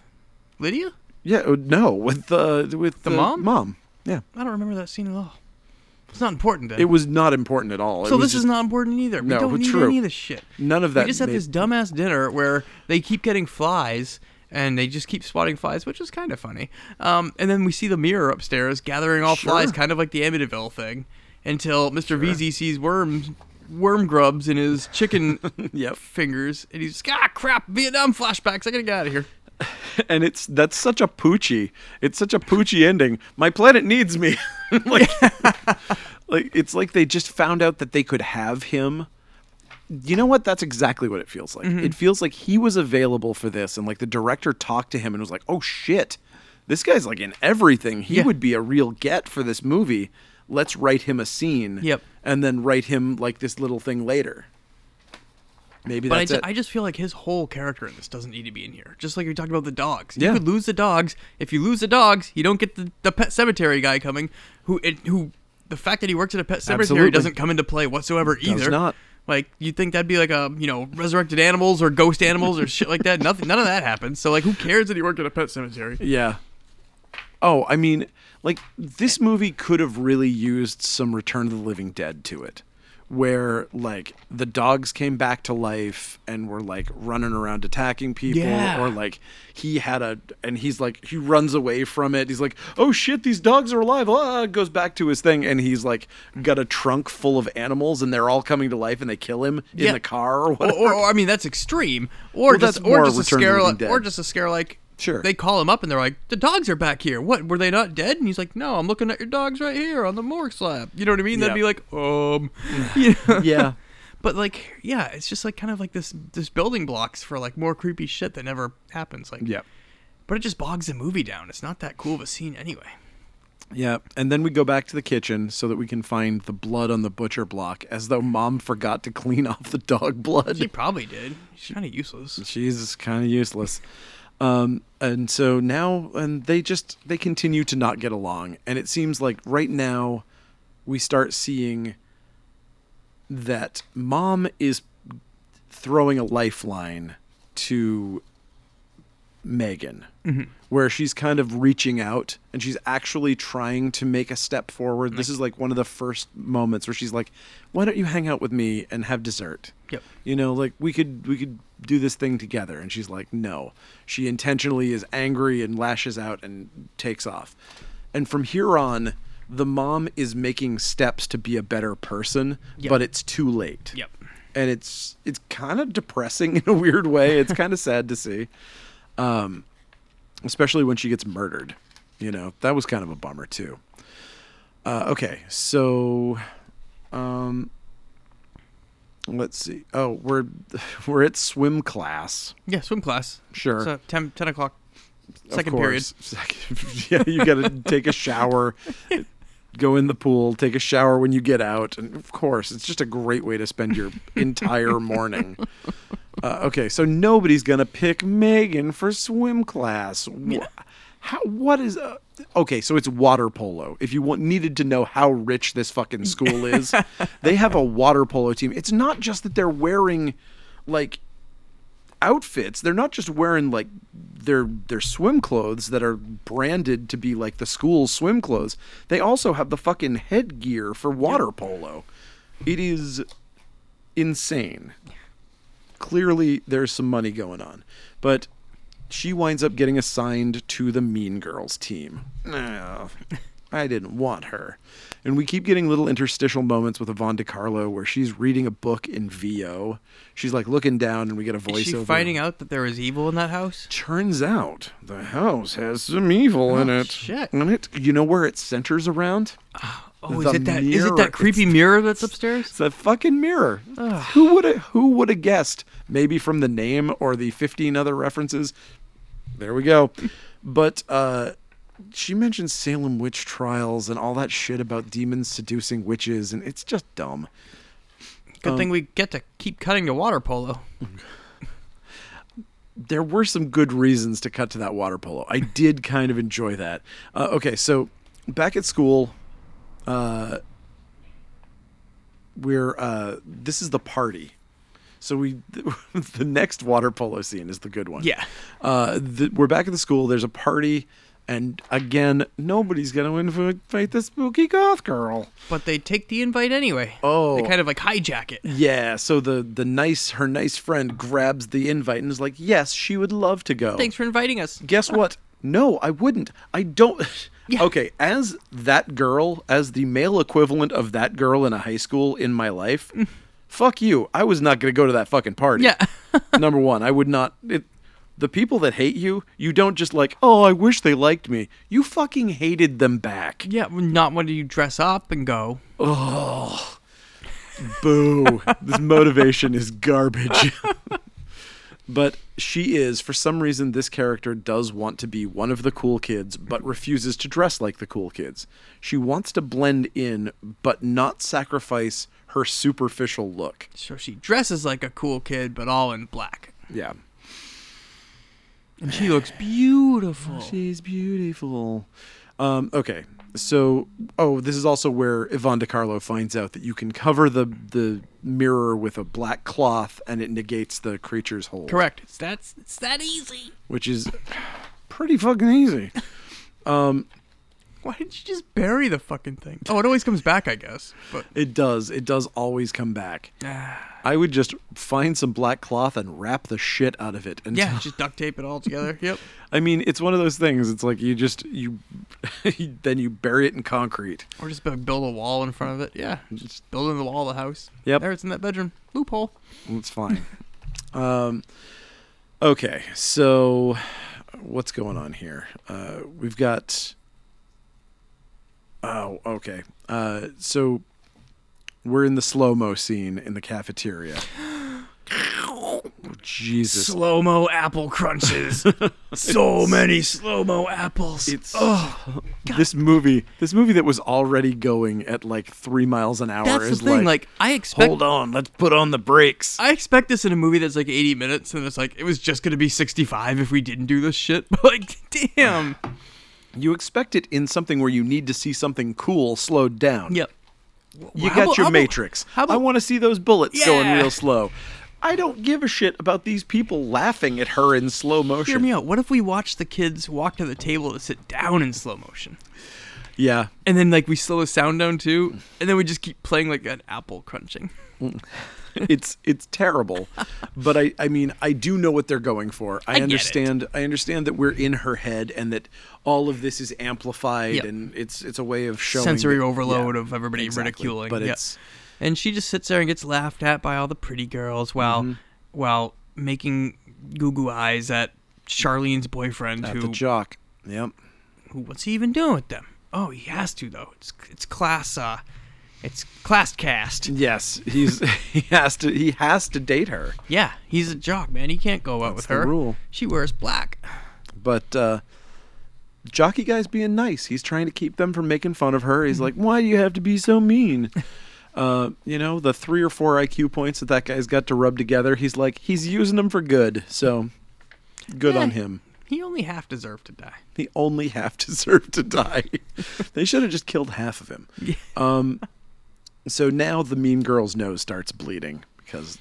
Lydia?
Yeah, uh, no, with the with the,
mom?
Mom. Yeah,
I don't remember that scene at all. It's not important then.
it was not important at all. It
so
was
this is
just-
not important either. We
No,
don't
but
need
true.
any of this shit.
none of that.
we just had
made-
this dumbass dinner where they keep getting flies and they just keep spotting flies, which is kind of funny. Um, and then we see the mirror upstairs gathering all flies,
Sure.
kind of like the Amityville thing, until Mr. VZ sees worms, worm grubs in his chicken
Yep.
fingers, and he's ah crap Vietnam flashbacks. I gotta get out of here.
and it's that's such a poochie. It's such a poochie ending. My planet needs me. like, like it's like they just found out that they could have him. You know what? That's exactly what it feels like.
Mm-hmm.
It feels like he was available for this, and like the director talked to him and was like, "Oh shit, this guy's like in everything. He
Yeah.
would be a real get for this movie. Let's write him a scene.
Yep.
and then write him like this little thing later. Maybe
But I
that's
ju-
it.
I just feel like his whole character in this doesn't need to be in here. Just like we talked about the dogs.
Yeah.
You could lose the dogs. If you lose the dogs, you don't get the, the pet cemetery guy coming who it, who the fact that he works at a pet cemetery
Absolutely.
doesn't come into play whatsoever either.
not.
Like you'd think that'd be like a you know resurrected animals or ghost animals or shit like that. Nothing, none of that happens. So like, who cares that he worked at a pet cemetery?
Yeah. Oh, I mean, like this movie could have really used some Return of the Living Dead to it, where like the dogs came back to life and were like running around attacking people,
Yeah.
or like he had a and he's like he runs away from it. He's like, oh shit, these dogs are alive! Ah, goes back to his thing, and he's like got a trunk full of animals, and they're all coming to life, and they kill him
Yeah. Oh,
in the car or
Or,
whatever.
or, or, I mean, that's extreme. Or
Well,
just
that's
or
more
just a
Return of the
scare
Living
like,
Dead.
or just a scare like.
Sure.
They call him up and they're like, "The dogs are back here. What were they not dead?" And he's like, "No, I'm looking at your dogs right here on the morgue slab." You know what I mean?
Yeah.
They'd be like, "Um, you know?
yeah.
But like, yeah, it's just like kind of like this this building blocks for like more creepy shit that never happens. Like,
Yeah.
But it just bogs the movie down. It's not that cool of a scene anyway.
Yeah, and then we go back to the kitchen so that we can find the blood on the butcher block, as though mom forgot to clean off the dog
He
blood.
probably did. He's kind of useless.
She's kind of useless. Um, and so now, and they just they continue to not get along, and it seems like right now we start seeing that mom is throwing a lifeline to Megan, where she's kind of reaching out and she's actually trying to make a step forward. This is like one of the first moments where she's like, "Why don't you hang out with me and have dessert?"
Yep.
You know, like we could we could do this thing together. And she's like, "No." She intentionally is angry and lashes out and takes off. And from here on, the mom is making steps to be a better person,
Yep.
but it's too late
Yep.
and it's it's kind of depressing in a weird way. It's kind of sad to see, um, especially when she gets murdered. You know that was kind of a bummer too. Uh, okay, so um, let's see. Oh, we're we're at swim class.
Yeah, swim class.
Sure.
So 10, 10 o'clock,
of
second period.
course. Second, yeah, you got to take a shower, go in the pool, take a shower when you get out, and of course, it's just a great way to spend your entire morning. Uh, okay, so nobody's gonna pick Megan for swim class. Wha- How, what is uh, okay? So it's water polo. If you want, needed to know how rich this fucking school is, they have a water polo team. It's not just that they're wearing like outfits. They're not just wearing like their their swim clothes that are branded to be like the school's swim clothes. They also have the fucking headgear for water polo. It is insane. Clearly there's some money going on. But she winds up getting assigned to the Mean Girls team. Ugh, I didn't want her. And we keep getting little interstitial moments with Yvonne DiCarlo where she's reading a book in VO. She's like looking down and we get a voiceover.
Is she finding out that there is evil in that house?
Turns out the house has some evil in
Oh,
it.
shit.
And it, you know where it centers around?
Oh,
The
is it that? Is it
mirror.
that creepy mirror that's upstairs?
It's a fucking mirror. Who would who would have guessed? Maybe from the name or the fifteen other references. There we go. But uh, she mentions Salem witch trials and all that shit about demons seducing witches, and it's just dumb.
Good
Um,
thing we get to keep cutting to water polo.
there were some good reasons to cut to that water polo. I did kind of enjoy that. Uh, okay, so back at school, uh, we're uh, this is the party. So we the next water polo scene is the good one.
Yeah.
uh, th- we're back at the school. There's a party, and again, nobody's going to invite the spooky goth girl.
But they take the invite anyway.
Oh.
They kind of like hijack it.
Yeah, so the the nice her nice friend grabs the invite and is like, "Yes, she would love to go."
Thanks for inviting us.
guess what? No, I wouldn't. I don't. Okay, as that girl, as the male equivalent of that girl in a high school in my life, fuck you. I was not going to go to that fucking party.
Yeah.
Number one, I would not. It, the people that hate you, you don't just like, oh, I wish they liked me. You fucking hated them back.
Yeah, well, not when you dress up and go.
boo this motivation is garbage but she is for some reason this character does want to be one of the cool kids but refuses to dress like the cool kids she wants to blend in but not sacrifice her superficial look
So she dresses like a cool kid, but all in black.
yeah
And she looks beautiful.
she's beautiful um, okay so oh this is also where yvonne DiCarlo finds out that you can cover the the mirror with a black cloth and it negates the creature's whole
Correct. It's that's it's that easy.
which is pretty fucking easy.
Why didn't you just bury the fucking thing? Oh, it always comes back, I guess. But
It does. It does always come back. I would just find some black cloth and wrap the shit out of it. Until,
yeah, just duct tape it all together. Yep.
I mean, it's one of those things. It's like you just you then you bury it in concrete.
Or just bu- build a wall in front of it. Yeah, just build in the wall of the house.
Yep.
There, it's in that bedroom loophole.
It's fine. um, okay, so what's going on here? Uh, we've got. Oh, okay. Uh, so we're in the slow mo scene in the cafeteria. Jesus.
Slow mo apple crunches. so many slow mo apples.
It's
oh,
this movie. This movie that was already going at like three miles an hour
that's the
is
thing. Like,
like,
I expect
hold on, let's put on the brakes.
I expect this in a movie that's like 80 minutes, and it's like it was just gonna be 65 if we didn't do this shit. But like, damn.
You expect it in something where you need to see something cool slowed down.
Yep.
You
How about-
got
how
your
about-
Matrix.
how about-
I want to see those bullets going
Yeah.
real slow. I don't give a shit about these people laughing at her in slow motion.
Hear me out. What if we watch the kids walk to the table to sit down in slow motion?
Yeah.
And then like we slow the sound down too, and then we just keep playing like an apple crunching.
it's it's terrible but i i mean i do know what they're going for i,
get it.
understand i understand that we're in her head and that all of this is amplified
Yep.
and it's it's a way of showing
Sensory
that-
overload
yeah,
of everybody
exactly.
ridiculing.
but
yeah.
it's
and she just sits there and gets laughed at by all the pretty girls while
Mm-hmm.
while making goo goo eyes at Charlene's boyfriend
at
who,
the jock yep
who what's he even doing with them? Oh, he has to though. It's it's class uh it's class
Mm.
cast.
yes he's he has to he has to date her
Yeah, he's a jock, man. He can't go out with
the
her.
rule.
She wears black.
but uh jockey guy's being nice he's trying to keep them from making fun of her
Mm-hmm.
he's like why do you have to be so mean uh you know the three or four iq points that that guy's got to rub together he's like he's using them for good so good on
Eh.
him
He only half deserved to die.
he only half deserved to die they should have just killed half of him
Yeah.
um so now the mean girl's nose starts bleeding because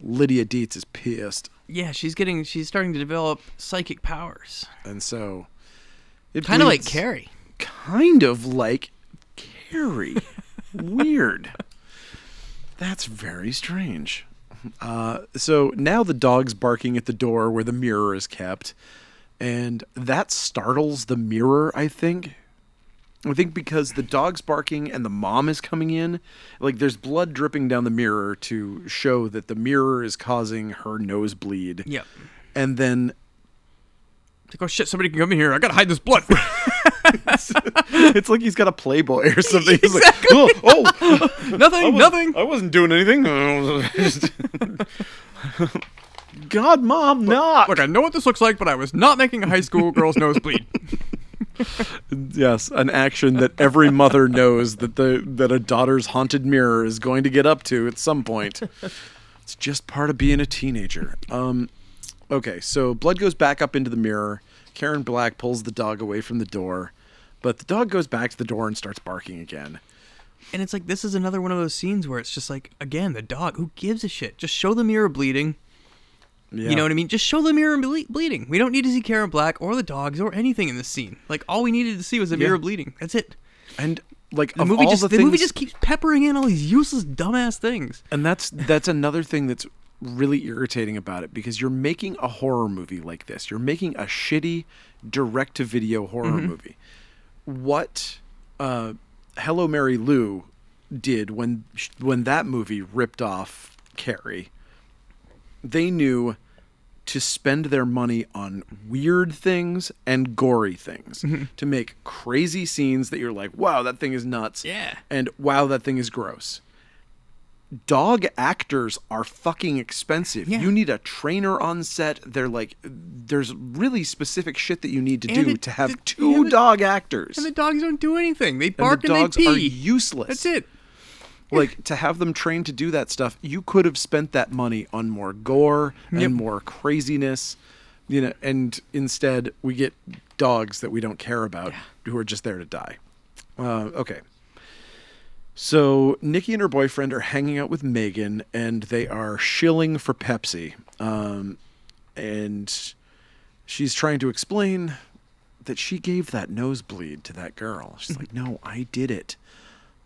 lydia dietz is pissed
Yeah, she's getting she's starting to develop psychic powers.
and so it
Kind of like
bleeds-
Carrie.
kind of like Carrie. Weird. That's very strange. Uh, so now the dog's barking at the door where the mirror is kept, and that startles the mirror, I think. I think because the dog's barking and the mom is coming in, like there's blood dripping down the mirror to show that the mirror is causing her nosebleed.
Yep.
And then
It's like, oh shit, somebody can come in here. I gotta hide this blood.
it's like he's got a Playboy or something. He's like, oh, oh,
nothing, nothing.
I wasn't doing anything. God, mom, knock.
Look, I know what this looks like, but I was not making a high school girl's nosebleed.
Yes, an action that every mother knows that the that a daughter's haunted mirror is going to get up to at some point. It's just part of being a teenager. Um, okay, so blood goes back up into the mirror. Karen Black pulls the dog away from the door, but the dog goes back to the door and starts barking again.
And it's like this is another one of those scenes where it's just like, again, the dog. Who gives a shit? Just show the mirror bleeding.
Yeah.
You know what I mean? Just show the mirror ble- bleeding. We don't need to see Karen Black or the dogs or anything in this scene. Like all we needed to see was the mirror bleeding. That's it.
And like
The
of
movie
all
just
the,
the, movie
things-
just keeps peppering in all these useless dumbass things.
And that's that's another thing that's really irritating about it because you're making a horror movie like this. You're making a shitty direct to video horror movie. What uh, Hello Mary Lou did when sh- when that movie ripped off Carrie, they knew to spend their money on weird things and gory things to make crazy scenes that you're like, wow, that thing is nuts.
Yeah.
And wow, that thing is gross dog actors are fucking expensive.
Yeah.
You need a trainer on set. They're like, there's really specific shit that you need to
And
do
it-
to have
the-
two
yeah, the-
dog actors.
And the dogs don't do anything. They
And
bark and,
dogs
they
are
pee.
useless.
That's it.
Like to have them trained to do that stuff, you could have spent that money on more gore and
Yep.
more craziness, you know. And instead, we get dogs that we don't care about who are just there to die. Uh, okay. So Nikki and her boyfriend are hanging out with Megan, and they are shilling for Pepsi. Um, and she's trying to explain that she gave that nosebleed to that girl. She's like, "No, I did it.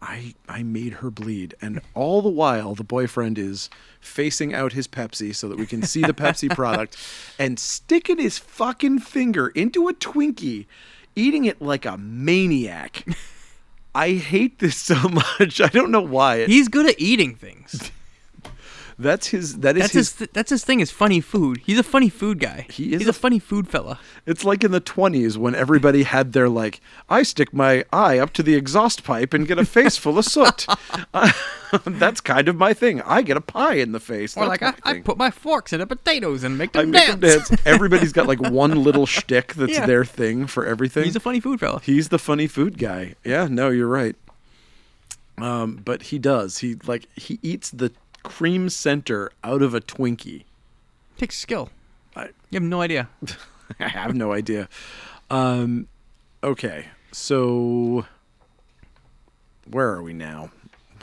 I I made her bleed." And all the while, the boyfriend is facing out his Pepsi so that we can see the Pepsi product, and sticking his fucking finger into a Twinkie, eating it like a maniac. I hate this so much. I don't know why. It,
He's good at eating things.
That's his. That is
That's
his.
his. th- that's his thing. Is funny food. He's a funny food guy.
He is
He's a,
a-
funny food fella.
It's like in the twenties when everybody had their like. I stick my eye up to the exhaust pipe and get a face full of soot. Uh, that's kind of my thing. I get a pie in the face.
Or like
That's my
I, I
thing.
put my forks in the potatoes and make
I
them
make
dance.
them dance. Everybody's got like one little shtick that's
Yeah.
their thing for everything.
He's a funny food fella.
He's the funny food guy. Yeah, no, you're right. Um, but he does. He like he eats the cream center out of a Twinkie.
Takes skill.
I-
You have no idea.
I have no idea. Um, okay, so where are we now?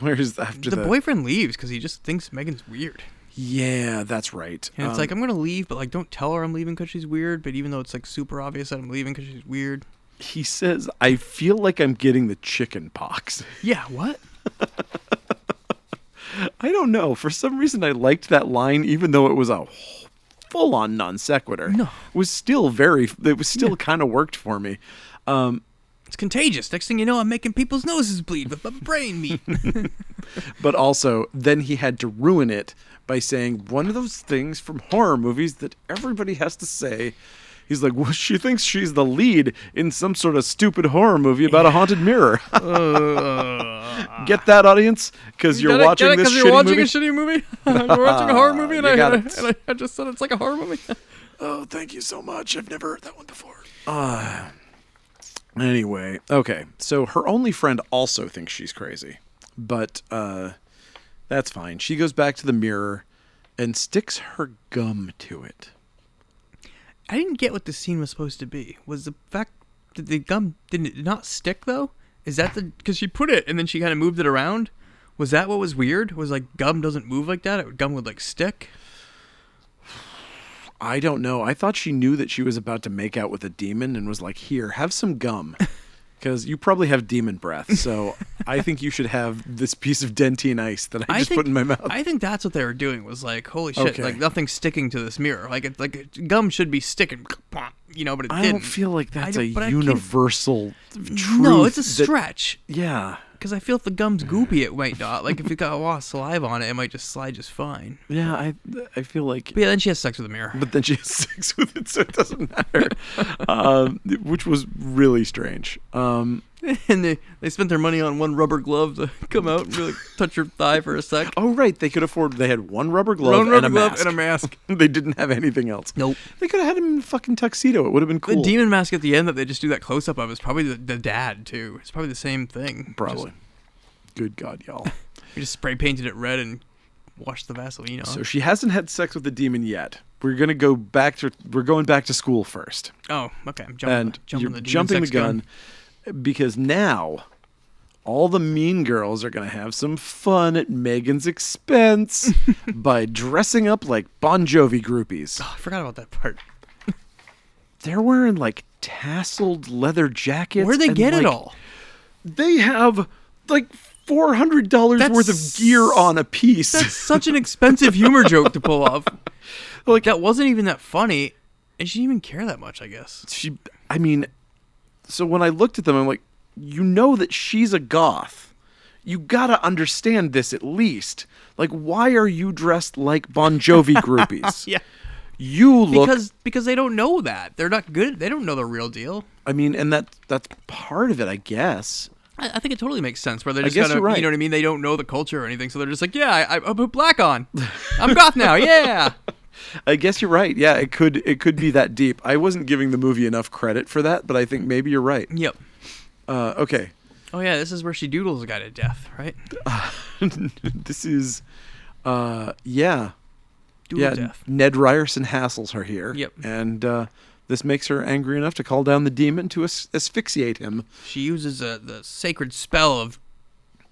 Where's the- after
The,
the,
boyfriend leaves because he just thinks Megan's weird,
Yeah, that's right.
and it's
Um,
like I'm gonna leave, but like don't tell her I'm leaving because she's weird. But even though it's like super obvious that I'm leaving because she's weird.
he says, "I feel like I'm getting the chicken pox."
Yeah. What?
I don't know. For some reason, I liked that line, even though it was a full on non sequitur.
No.
It was still very, it was still kind of worked for me. Um,
It's contagious. Next thing you know, I'm making people's noses bleed with my brain meat.
but also, then he had to ruin it by saying one of those things from horror movies that everybody has to say. He's like, well, she thinks she's the lead in some sort of stupid horror movie about a haunted mirror. Get that, audience? Because you're watching this shitty movie.
shitty movie. you're watching a horror movie,
and You I- got and I- it. and I-
just said it's like a horror movie.
Oh, thank you so much. I've never heard that one before. Uh, anyway, okay. So her only friend also thinks she's crazy, but uh, that's fine. She goes back to the mirror and sticks her gum to it.
I didn't get what the scene was supposed to be. Was the fact that the gum didn't it not stick though? Is that the because she put it and then she kind of moved it around? Was that what was weird? Was like gum doesn't move like that? It- Gum would like stick.
I don't know. I thought she knew that she was about to make out with a demon and was like, "Here, have some gum." Because you probably have demon breath, so I think you should have this piece of dentine ice that I
I
just
think
put in my mouth.
I think that's what they were doing. Was like holy shit,
Okay.
like nothing's sticking to this mirror. Like it, like it- gum should be sticking, you know, but it
I
didn't.
don't feel like that's
don't-
a
but I can't-
universal truth.
no, it's a
that-
stretch.
yeah,
Because I feel if the gum's goopy, it might not. Like if it got a lot of saliva on it, it might just slide just fine.
yeah. I I feel like,
But yeah, then she has sex with a mirror.
but then she has sex with it, so it doesn't matter. um, which was really strange. Um,
and they, they spent their money on one rubber glove to come out and really touch your thigh for a sec.
oh right, they could afford. They had one rubber glove,
One
and,
rubber
a
glove
mask.
and a mask.
they didn't have anything else.
Nope.
They could have had him in a fucking tuxedo. It would have been cool.
The demon mask at the end that they just do that close up of is probably the, the dad, too. It's probably the same thing.
probably. Good God, y'all.
Just, we just spray painted it red and washed the Vaseline on.
so she hasn't had sex with the demon yet. We're gonna go back to. We're going back to school first.
oh, okay. I'm jumping,
and
the, jumping
you're
the demon
jumping the
sex gun.
gun, because now all the mean girls are going to have some fun at Megan's expense by dressing up like Bon Jovi groupies.
Oh, I forgot about that part.
They're wearing like tasseled leather jackets.
Where'd they
and,
get it
like,
all?
They have like four hundred dollars
That's
worth of gear on a piece.
That's such an expensive humor joke to pull off. Like that wasn't even that funny, and she didn't even care that much. I guess
she i mean so when i looked at them i'm like you know that she's a goth you gotta understand this at least like why are you dressed like bon jovi groupies
Yeah.
you look
because because they don't know that they're not good. They don't know the real deal.
i mean and that that's part of it i guess
I, I think it totally makes sense where they're just
guess
kind of
you're right.
you know what I mean. They don't know the culture or anything, so they're just like, yeah, I, I, I put black on. I'm goth now. Yeah.
i guess you're right yeah it could it could be that deep i wasn't giving the movie enough credit for that but i think maybe you're right
yep.
uh, okay
Oh yeah, this is where she doodles a guy to death, right?
this is uh yeah
Doodle
yeah,
death.
Ned Ryerson hassles her here.
Yep.
And uh, this makes her angry enough to call down the demon to as- asphyxiate him.
She uses a, the sacred spell of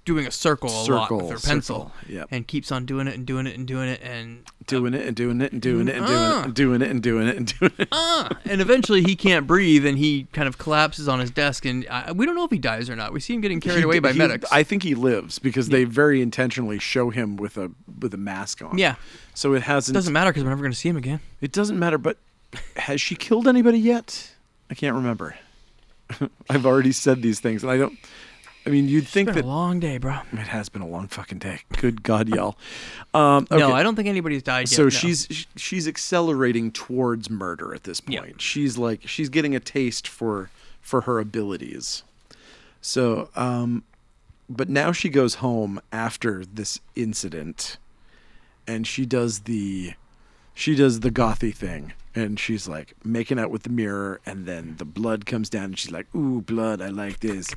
doing a circle a lot with
Circle,
her pencil,
circle, yep.
and keeps on doing it and doing it and doing it and
Doing it and doing it and doing it and doing it
Ah.
and doing it and doing it and doing it.
ah, and eventually he can't breathe and he kind of collapses on his desk and I, we don't know if he dies or not. We see him getting carried
He-
away by
he-
medics.
I think he lives because they very intentionally show him with a with a mask on.
yeah,
So it hasn't.
doesn't matter because we're never going to see him again.
it doesn't matter. But has she killed anybody yet? I can't remember. I've already said these things, and I don't. I mean, you'd think
Been
that
a long day, bro.
it has been a long fucking day. Good God, y'all. Um, okay.
No, I don't think anybody's died yet.
so
no.
she's sh- she's accelerating towards murder at this
Yeah.
point. She's like she's getting a taste for for her abilities. So, um, but now she goes home after this incident, and she does the she does the gothy thing, and she's like making out with the mirror, and then the blood comes down, and she's like, "Ooh, blood! I like this."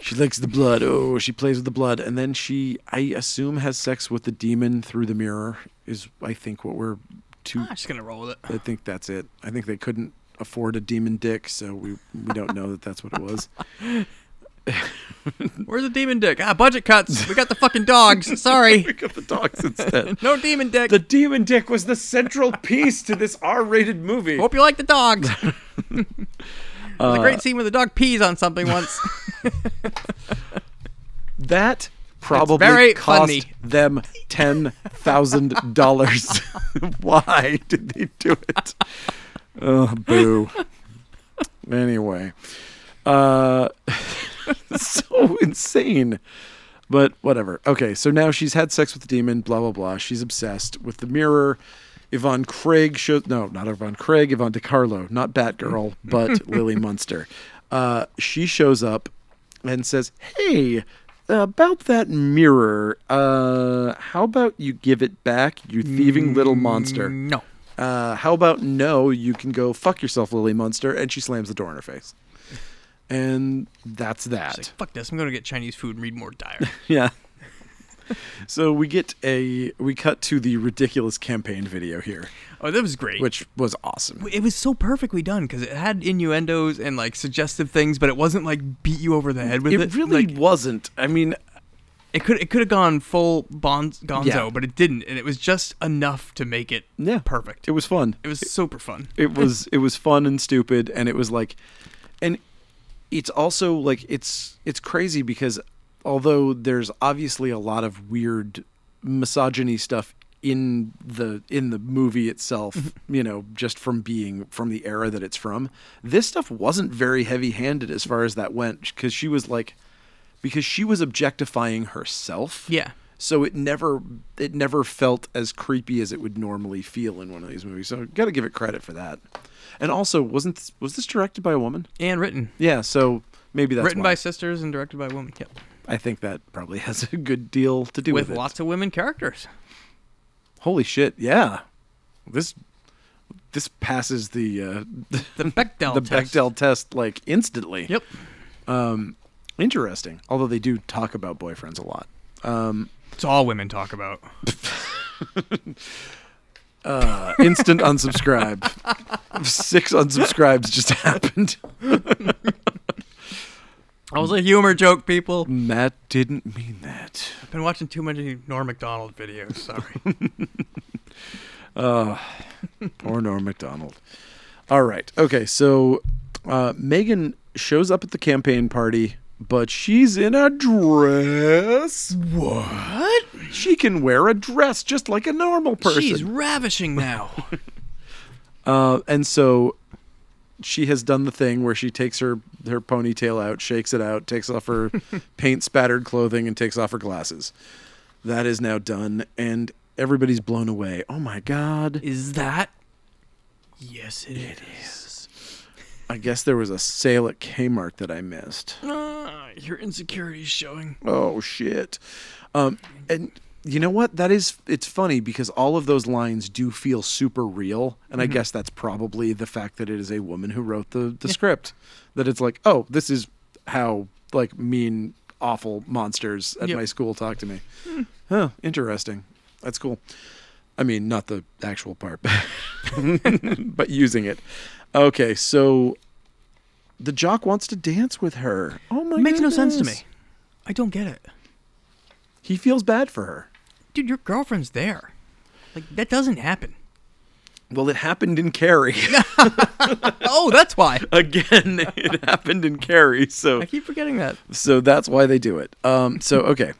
She likes the blood. Oh, she plays with the blood, and then she, I assume, has sex with the demon through the mirror. Is I think what we're to.
I'm just gonna roll with it.
I think that's it. I think they couldn't afford a demon dick, so we we don't know that that's what it was.
Where's the demon dick? Ah, budget cuts. We got the fucking dogs. Sorry,
Pick up the dogs instead.
no demon dick.
the demon dick was the central piece to this R-rated movie.
Hope you like the dogs. There's a
Uh,
great scene where the dog pees on something once.
That probably
very
cost
funny.
them ten thousand dollars. Why did they do it? Oh, boo. Anyway, uh, so insane. But whatever. Okay, so now she's had sex with the demon. Blah blah blah. She's obsessed with the mirror. Yvonne Craig shows no, not Yvonne Craig. Yvonne DiCarlo, not Batgirl, but Lily Munster. Uh, she shows up and says, "Hey, about that mirror. Uh, how about you give it back, you thieving little monster?
no.
Uh, how about no, you can go fuck yourself, Lily Munster, and she slams the door in her face. And that's
Like,
that.
fuck this. I'm gonna get Chinese food and read more diary.
Yeah. so we get a we cut to the ridiculous campaign video here,
Oh, that was great.
which was awesome.
it was so perfectly done because it had innuendos and like suggestive things, but it wasn't like beat you over the head with it.
It really
Like,
wasn't. I mean,
it could it could have gone full bon- Gonzo,
Yeah.
but it didn't, and it was just enough to make it
Yeah.
perfect. It,
it was fun.
was super fun.
it was it was fun and stupid and it was like and it's also like it's it's crazy because although there's obviously a lot of weird misogyny stuff in the in the movie itself you know just from being from the era that it's from this stuff wasn't very heavy-handed as far as that went because she was like because she was objectifying herself
Yeah.
so it never it never felt as creepy as it would normally feel in one of these movies. So got to give it credit for that. And also, wasn't this, was this directed by a woman?
And written,
Yeah, so maybe that's
written
why.
by sisters and directed by women. Yep.
I think that probably has a good deal to do with,
With
it.
lots of women characters.
Holy shit! Yeah, this this passes the uh, the
The Bechdel. test.
Bechdel test like instantly.
Yep.
Interesting. Although they do talk about boyfriends a lot.
It's all women talk about.
Uh, instant unsubscribe. Six unsubscribes just happened.
I was a humor joke, people.
Matt didn't mean that.
I've been watching too many Norm Macdonald videos. Sorry.
Or Norm MacDonald. All right. Okay. So uh, Megan shows up at the campaign party, but she's in a dress. What? She can wear a dress just like a normal person.
She's ravishing now.
Uh, and so she has done the thing where she takes her, her ponytail out, shakes it out, takes off her paint spattered clothing, and takes off her glasses. That is now done, and everybody's blown away. Oh my God.
Is that? Yes, it is.
I guess there was a sale at Kmart that I missed.
Ah, your insecurities showing.
Oh shit. Um and you know what? That is it's funny because all of those lines do feel super real and I
Mm-hmm.
guess that's probably the fact that it is a woman who wrote the the script that it's like, "Oh, this is how like mean awful monsters at
Yep. Hmm.
my school talk to me." Huh, interesting. That's cool. I mean, not the actual part, but using it. Okay, so the jock wants to dance with her. Oh my
It makes no sense to
goodness.
me. I don't get it.
He feels bad for her.
Dude, your girlfriend's there. Like, that doesn't happen.
Well, it happened in Carrie.
Oh, that's why.
Again, it happened in Carrie. So
I keep forgetting that.
so that's why they do it. Um so okay.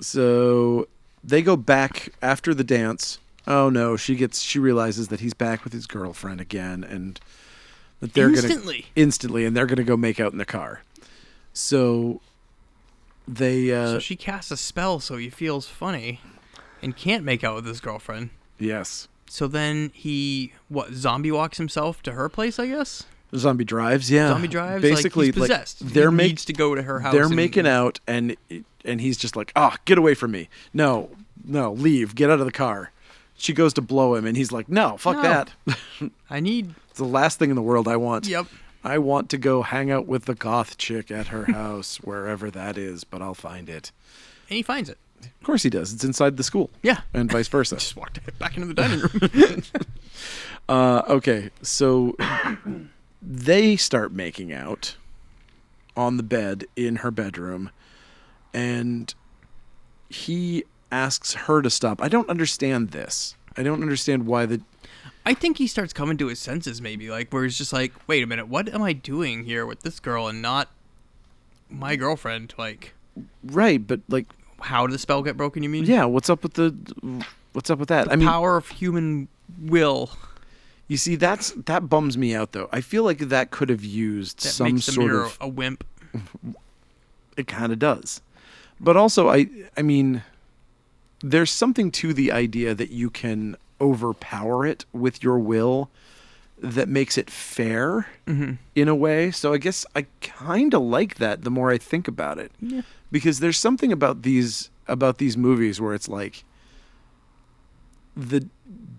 So they go back after the dance. Oh no, she gets she realizes that he's back with his girlfriend again and that they're going to
Instantly.
instantly and they're going to go make out in the car. So they uh,
so she casts a spell so he feels funny and can't make out with his girlfriend.
yes,
So then he what zombie walks himself to her place, I guess.
zombie drives. Yeah,
Zombie drives
Basically,
like he's possessed. He
they're making
needs to go to her house.
they're
and-
making out, and and he's just like, ah, get away from me. No, no, leave. Get out of the car. She goes to blow him, and he's like, no, fuck
No.
that.
I need.
It's the last thing in the world I want.
Yep.
I want to go hang out with the goth chick at her house, wherever that is, but I'll find it.
And he finds it.
Of course he does. It's inside the school.
Yeah.
And vice versa.
Just walked back into the dining room.
Uh, okay, so they start making out on the bed in her bedroom, and he asks her to stop. I don't understand this. I don't understand why the.
I think he starts coming to his senses, maybe like where he's just like, "Wait a minute, what am I doing here with this girl and not my girlfriend?" Like,
Right, but like,
how did the spell get broken? You mean?
yeah, what's up with the. What's up with that? I mean,
power of human will
you see, that's that bums me out though. I feel like that could have used
that
some
makes the
sort
mirror
of.
a wimp.
it kind of does. But also, I I mean, there's something to the idea that you can overpower it with your will that makes it fair
Mm-hmm.
in a way. So I guess I kind of like that the more I think about it,
Yeah.
because there's something about these about these movies where it's like the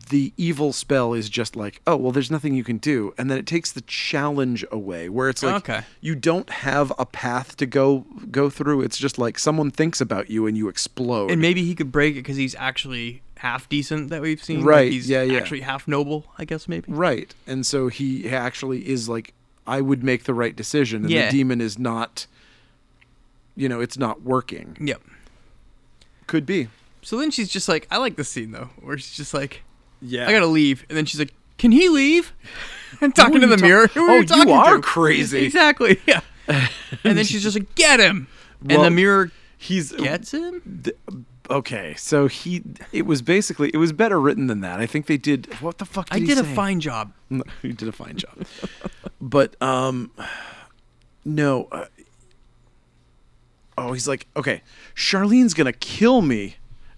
the evil spell is just like oh well there's nothing you can do and then it takes the challenge away where it's like
Okay.
you don't have a path to go go through it's just like someone thinks about you and you explode
And maybe he could break it because he's actually half decent that we've seen. Like,
Right,
he's
yeah, yeah.
Actually, half noble, I guess maybe.
right and so he actually is like i would make the right decision and
Yeah.
the demon is not you know it's not working
Yep.
could be
So then she's just like, I like this scene though, where she's just like,
yeah
I gotta leave, and then she's like, Can he leave? And talking to the mirror. Who
Oh,
are
you
you talking
are
to?
crazy.
Exactly. Yeah. and then she's just like, Get him. and
Well-
the mirror
he's
gets him.
th- okay so he it was basically it was better written than that i think they did what the fuck did
I
he
did a
say?
fine job.
No, you did a fine job. but um, no. Uh, oh, he's like, okay, Charlene's gonna kill me,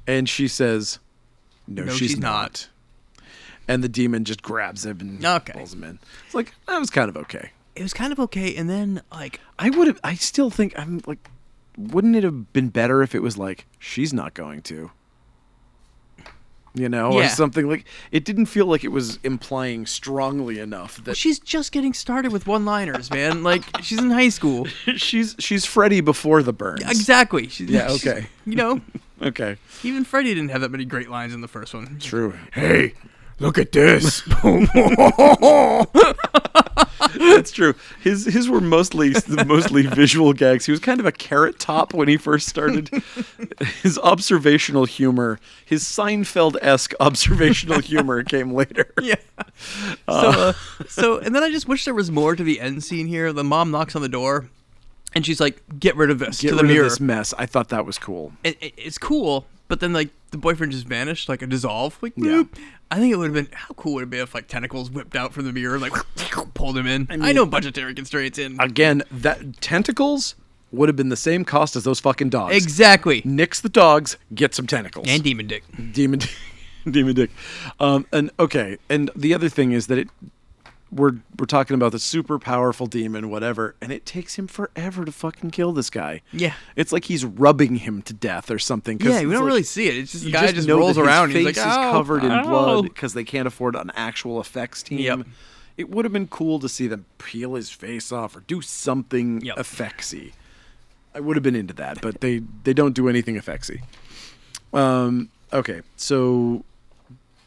and she says, "No,
No,
she's,
she's
not.
not."
And the demon just grabs him and
Okay.
pulls him in. It's like that was kind of okay.
It was kind of okay, and then like, oh,
I would have. I still think I'm like, wouldn't it have been better if it was like she's not going to. You know, or
Yeah.
something like it didn't feel like it was implying strongly enough that
she's just getting started with one-liners, man. Like, she's in high school.
she's she's Freddy before the burns.
Exactly. She's,
Yeah,
she's-
okay.
You know,
Okay.
even Freddy didn't have that many great lines in the first one.
True.
Hey, look at this.
That's true. His his were mostly mostly visual gags. He was kind of a carrot top when he first started. his observational humor, his Seinfeld esque observational humor, came later.
Yeah. So, uh, so, and then I just wish there was more to the end scene here. The mom knocks on the door, and she's like, "Get rid of this."
Get
to the
rid
mirror.
of this mess. I thought that was cool.
It- it- it's cool, but then like the boyfriend just vanished, like a dissolve. Like,
Yeah.
bloop. I think it would have been how cool would it be if like tentacles whipped out from the mirror, like pulled him in. I, know budgetary constraints in
Again, that tentacles would have been the same cost as those fucking dogs.
exactly.
Nix the dogs, get some tentacles.
And demon dick.
demon demon dick um and okay and the other thing is that it we're we're talking about the super powerful demon whatever and it takes him forever to fucking kill this guy
Yeah.
it's like he's rubbing him to death or something 'cause
Yeah, we
it's
don't
like-
really see it. It's just the
you
guy just,
know
rolls
that
around.
his
and
face
he's like, "Oh,
is
"Ow,
covered in blood
ow."
because they can't afford an actual effects team
Yep.
it would have been cool to see them peel his face off or do something
Yep.
effectsy i would have been into that but they they don't do anything effectsy um okay so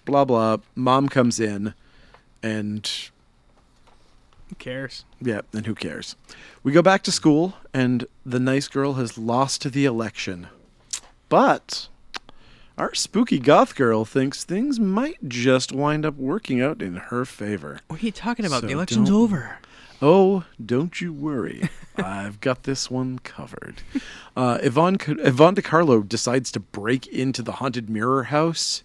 blah blah mom comes in and
Who cares?
yeah, and who cares? We go back to school, and the nice girl has lost the election. But our spooky goth girl thinks things might just wind up working out in her favor.
What are you talking about?
So
the election's
don't-
over.
Oh, don't you worry. I've got this one covered. Uh, Yvonne, Co- Yvonne DiCarlo decides to break into the haunted mirror house,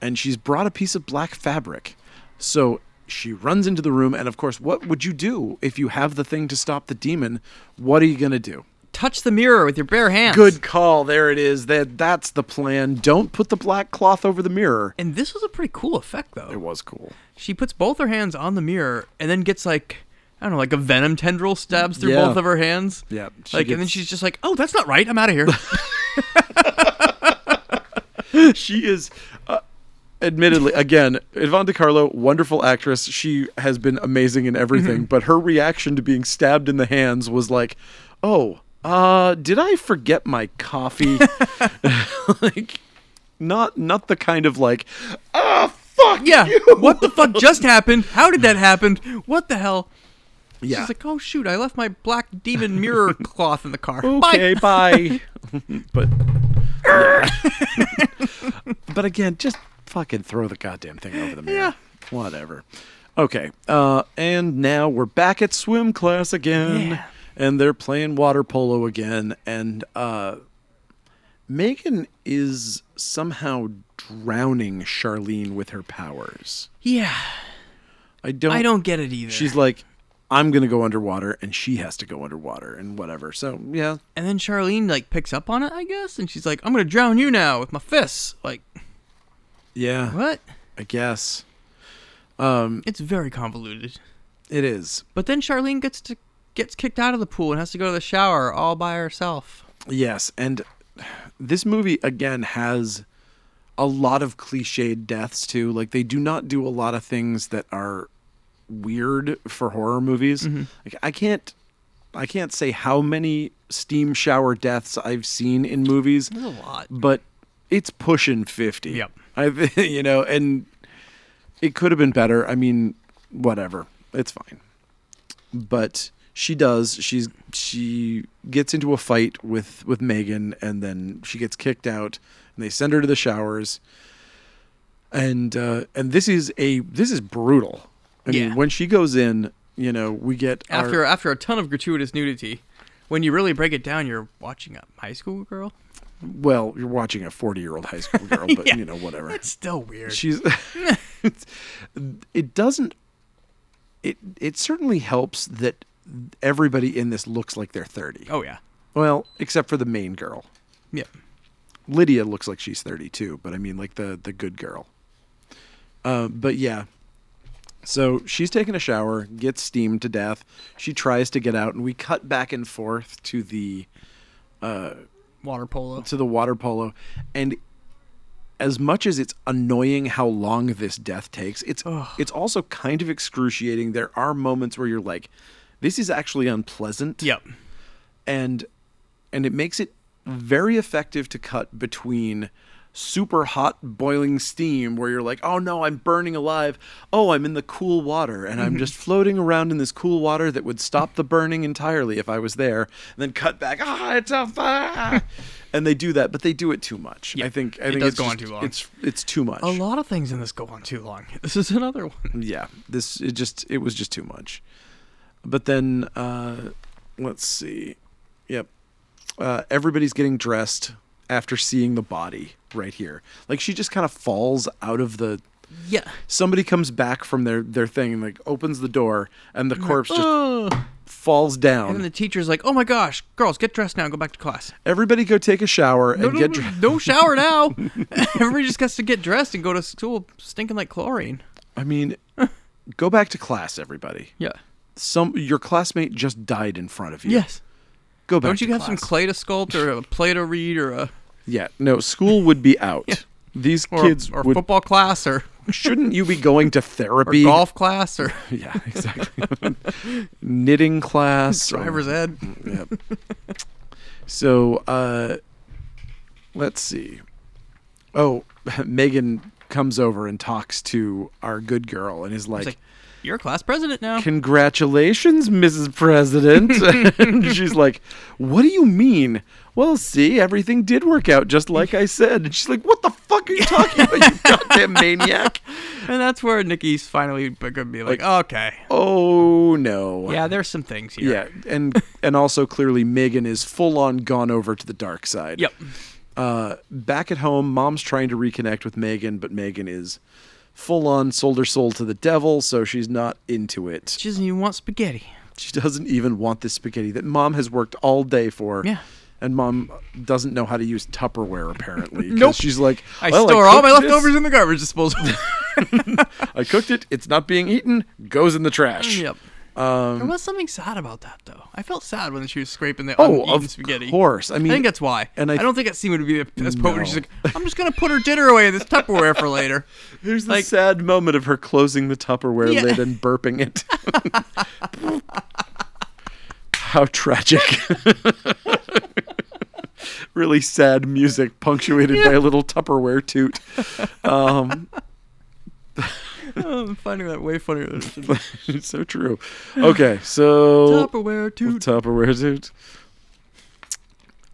and she's brought a piece of black fabric. So she runs into the room, and of course, what would you do if you have the thing to stop the demon? What are you gonna do?
Touch the mirror with your bare hands.
Good call. There it is. That that's the plan. Don't put the black cloth over the mirror.
And this was a pretty cool effect, though.
It was cool.
She puts both her hands on the mirror and then gets like I don't know, like a venom tendril stabs through
Yeah.
both of her hands.
Yeah, she
Like and then
gets-
she's just like, "Oh, that's not right. I'm out of here."
she is uh, admittedly again yvonne DiCarlo, wonderful actress she has been amazing in everything but her reaction to being stabbed in the hands was like oh uh did i forget my coffee like not not the kind of like ah fuck
yeah.
you!"
What the fuck just happened? How did that happen? What the hell?
yeah
She's like, "Oh shoot, I left my black demon mirror cloth in the car." Bye.
okay bye, but yeah. but again just fucking throw the goddamn thing over the mirror
Yeah.
whatever okay uh and now we're back at swim class again
Yeah.
and they're playing water polo again and uh megan is somehow drowning charlene with her powers
Yeah.
i don't
I don't get it either.
she's like i'm gonna go underwater and she has to go underwater and whatever so yeah
And then Charlene like picks up on it, I guess, and she's like, "I'm gonna drown you now with my fists." Like,
yeah
what?
i guess
It's very convoluted.
It is.
But then Charlene gets to gets kicked out of the pool and has to go to the shower all by herself.
Yes. And this movie, again, has a lot of cliched deaths, too. Like, they do not do a lot of things that are weird for horror movies. Like, I can't. I can't say how many steam shower deaths I've seen in movies,
There's a lot.
but it's pushing 50.
Yep.
I th- you know, and it could have been better. I mean, whatever. It's fine. But she does. She's she gets into a fight with with Megan and then she gets kicked out and they send her to the showers. And uh and this is a this is brutal. I
Yeah.
mean, when she goes in, you know, we get our-
After after a ton of gratuitous nudity, when you really break it down, you're watching a high school girl.
well, you're watching a 40-year-old high school girl, but
Yeah.
you know, whatever.
It's still weird.
She's. it's- it doesn't. It it certainly helps that everybody in this looks like they're thirty.
oh yeah.
Well, except for the main girl.
Yep.
Lydia looks like she's thirty two, but I mean like the the good girl. Uh, but yeah. So she's taking a shower, gets steamed to death. She tries to get out, and we cut back and forth to the
Water polo.
to the water polo and as much as it's annoying how long this death takes it's it's also kind of excruciating there are moments where you're like this is actually unpleasant
Yep.
and and it makes it very effective to cut between super hot boiling steam where you're like oh no i'm burning alive oh i'm in the cool water and
Mm-hmm.
i'm just floating around in this cool water that would stop the burning entirely if i was there and then cut back ah it's on fire and they do that but they do it too much i think i
it
think
does
it's
go on
just-
too long.
it's it's too much
A lot of things in this go on too long. This is another one.
yeah this it just it was just too much but then uh let's see yep uh everybody's getting dressed after seeing the body right here like she just kind of falls out of the
Yeah.
somebody comes back from their their thing and like opens the door and the corpse just
Ugh.
falls
and
down
the teacher's like, "Oh my gosh, girls, get dressed now and go back to class."
everybody go take a shower and
No, no,
get
no,
dressed
no shower now. Everybody just gets to get dressed and go to school stinking like chlorine.
i mean go back to class everybody
Yeah.
some your classmate just died in front of you
Yes.
go back
Don't you
to
have some
class.
clay to sculpt or a play to read or a
Yeah, no, school would be out. These
or,
kids
or
would,
football class or,
shouldn't you be going to
or
therapy?
golf class or
Yeah, exactly. Knitting class. or-
driver's ed?
Yep. so, uh, let's see. Oh, Megan comes over and talks to our good girl and is
It's
like,
like you're class president now.
Congratulations, Mrs. President. and she's like, What do you mean? Well, see, everything did work out just like I said. And she's like, What the fuck are you talking about, you goddamn maniac?
and that's where Nikki's finally be- gonna be like, okay,
Oh no.
yeah, there's some things here.
Yeah. And and also clearly Megan is full on gone over to the dark side.
Yep.
Uh, back at home, mom's trying to reconnect with Megan, but Megan is full on sold her soul to the devil, so she's not into it.
She doesn't even want spaghetti.
She doesn't even want this spaghetti that mom has worked all day for.
Yeah.
And mom doesn't know how to use Tupperware apparently. 'cause
Nope.
She's like,
I
"Well,
store all my
cooked this-
leftovers in the garbage disposal.
I cooked it. It's not being eaten. Goes in the trash.
yep.
Um,
there was something sad about that, though. I felt sad when she was scraping the
Oh,
uneaten
of
spaghetti.
course. I mean,
I think that's why. And
and I
I,
th-
don't think that semen would be as potent. She's
No.
like, I'm just gonna put her dinner away in this Tupperware for later.
There's the
Like-
sad moment of her closing the Tupperware
Yeah.
lid and burping it. How tragic. really sad music punctuated by a little Tupperware toot. Um,
Oh, I'm finding that way funnier than it should be.
it's so true. Okay, so
Tupperware too.
Tupperware toot.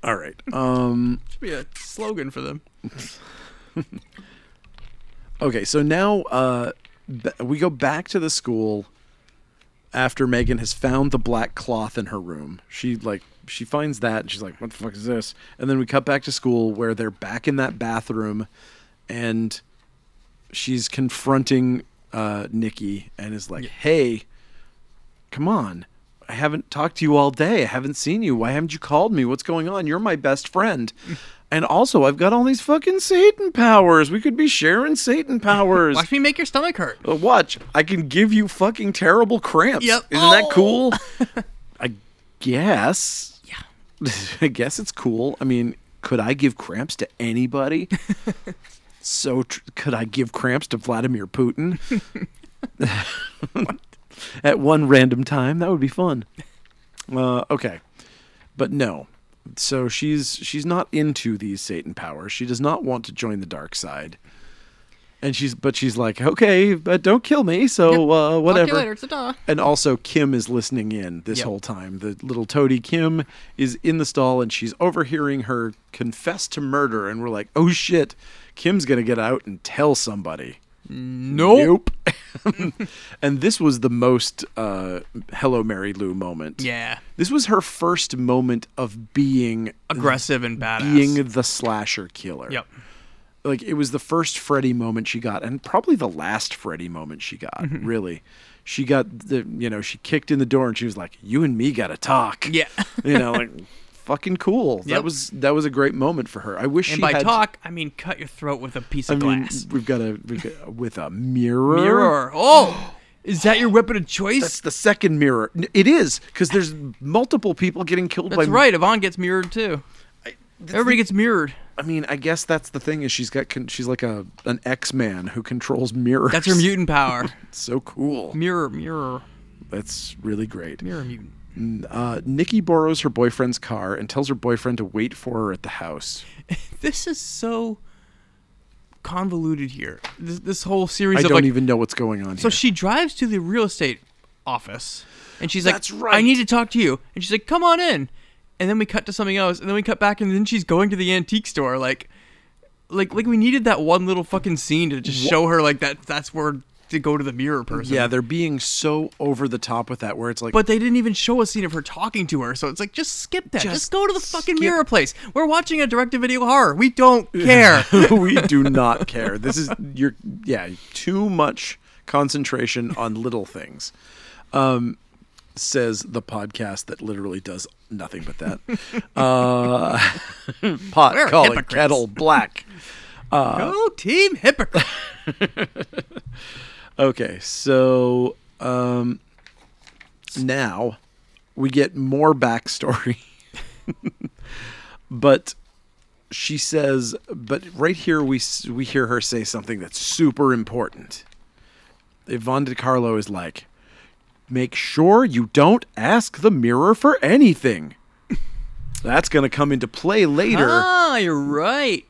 All right. Um,
should be a slogan for them.
Okay, so now uh, b- we go back to the school after Megan has found the black cloth in her room. She like she finds that and she's like, "What the fuck is this?" And then we cut back to school where they're back in that bathroom, and she's confronting uh, Nikki and is like, "Hey, come on." I haven't talked to you all day. I haven't seen you. Why haven't you called me? What's going on? You're my best friend. And also, I've got all these fucking Satan powers. We could be sharing Satan powers.
Watch me make your stomach hurt.
Uh, Watch, I can give you fucking terrible cramps.
Yep.
Isn't that
Oh.
cool? I guess.
Yeah.
I guess it's cool. I mean, could I give cramps to anybody? so tr- could I give cramps to Vladimir Putin? At one random time, that would be fun. Uh, okay, but no. So she's she's not into these Satan powers. She does not want to join the dark side. And she's but she's like, okay, but don't kill me. So uh, whatever.
Talk to you later. Ta-da.
And also, Kim is listening in this
Yep.
whole time. The little toady Kim is in the stall and she's overhearing her confess to murder. And we're like, oh shit, Kim's going to get out and tell somebody.
Nope.
and this was the most uh, Hello, Mary Lou moment.
Yeah.
This was her first moment of being
Aggressive and badass.
being the slasher killer.
Yep.
like it was the first Freddy moment she got, and probably the last Freddy moment she got.
Mm-hmm.
Really, she got the you know she kicked in the door and she was like, "You and me gotta talk."
Yeah.
you know, like fucking cool. That
Yep.
was that was a great moment for her. I wish
And
she
by
had.
talk, I mean cut your throat with a piece
I
of
mean,
glass.
we've got a we've got- with a mirror.
Mirror. Oh, is that your weapon of choice?
That's the second mirror. N- It is because there's multiple people getting killed
That's
by.
right. Yvonne gets mirrored too. Everybody gets mirrored.
I mean, I guess that's the thing is she's got con- she's like a an X man who controls mirrors.
That's her mutant power.
So cool.
mirror, mirror,
That's really great.
mirror mutant.
Uh, Nikki borrows her boyfriend's car and tells her boyfriend to wait for her at the house.
This is so convoluted here. This, this whole series
I
of
don't
like.
even know what's going on
so
here.
she drives to the real estate office, and she's like,
That's right.
"I need to talk to you." And she's like, "Come on in." And then we cut to something else, and then we cut back, and then she's going to the antique store, like, like, like we needed that one little fucking scene to just show her like that. That's where to go to the mirror person.
yeah, they're being so over the top with that, where it's like,
but they didn't even show a scene of her talking to her. So it's like, just skip that. Just,
Just
go to the fucking
skip-
mirror place. We're watching a direct-to-video horror. We don't care.
we do not care. This is you're yeah, too much concentration on little things. Um, says the podcast that literally does nothing but that. Uh, pot
We're
calling
hypocrites.
kettle black.
go Oh, team hypocrite.
Okay, so um, now we get more backstory. but she says, but right here we s- we hear her say something that's super important. Yvonne DiCarlo is like, make sure you don't ask the mirror for anything. That's gonna come into play later
ah, you're right.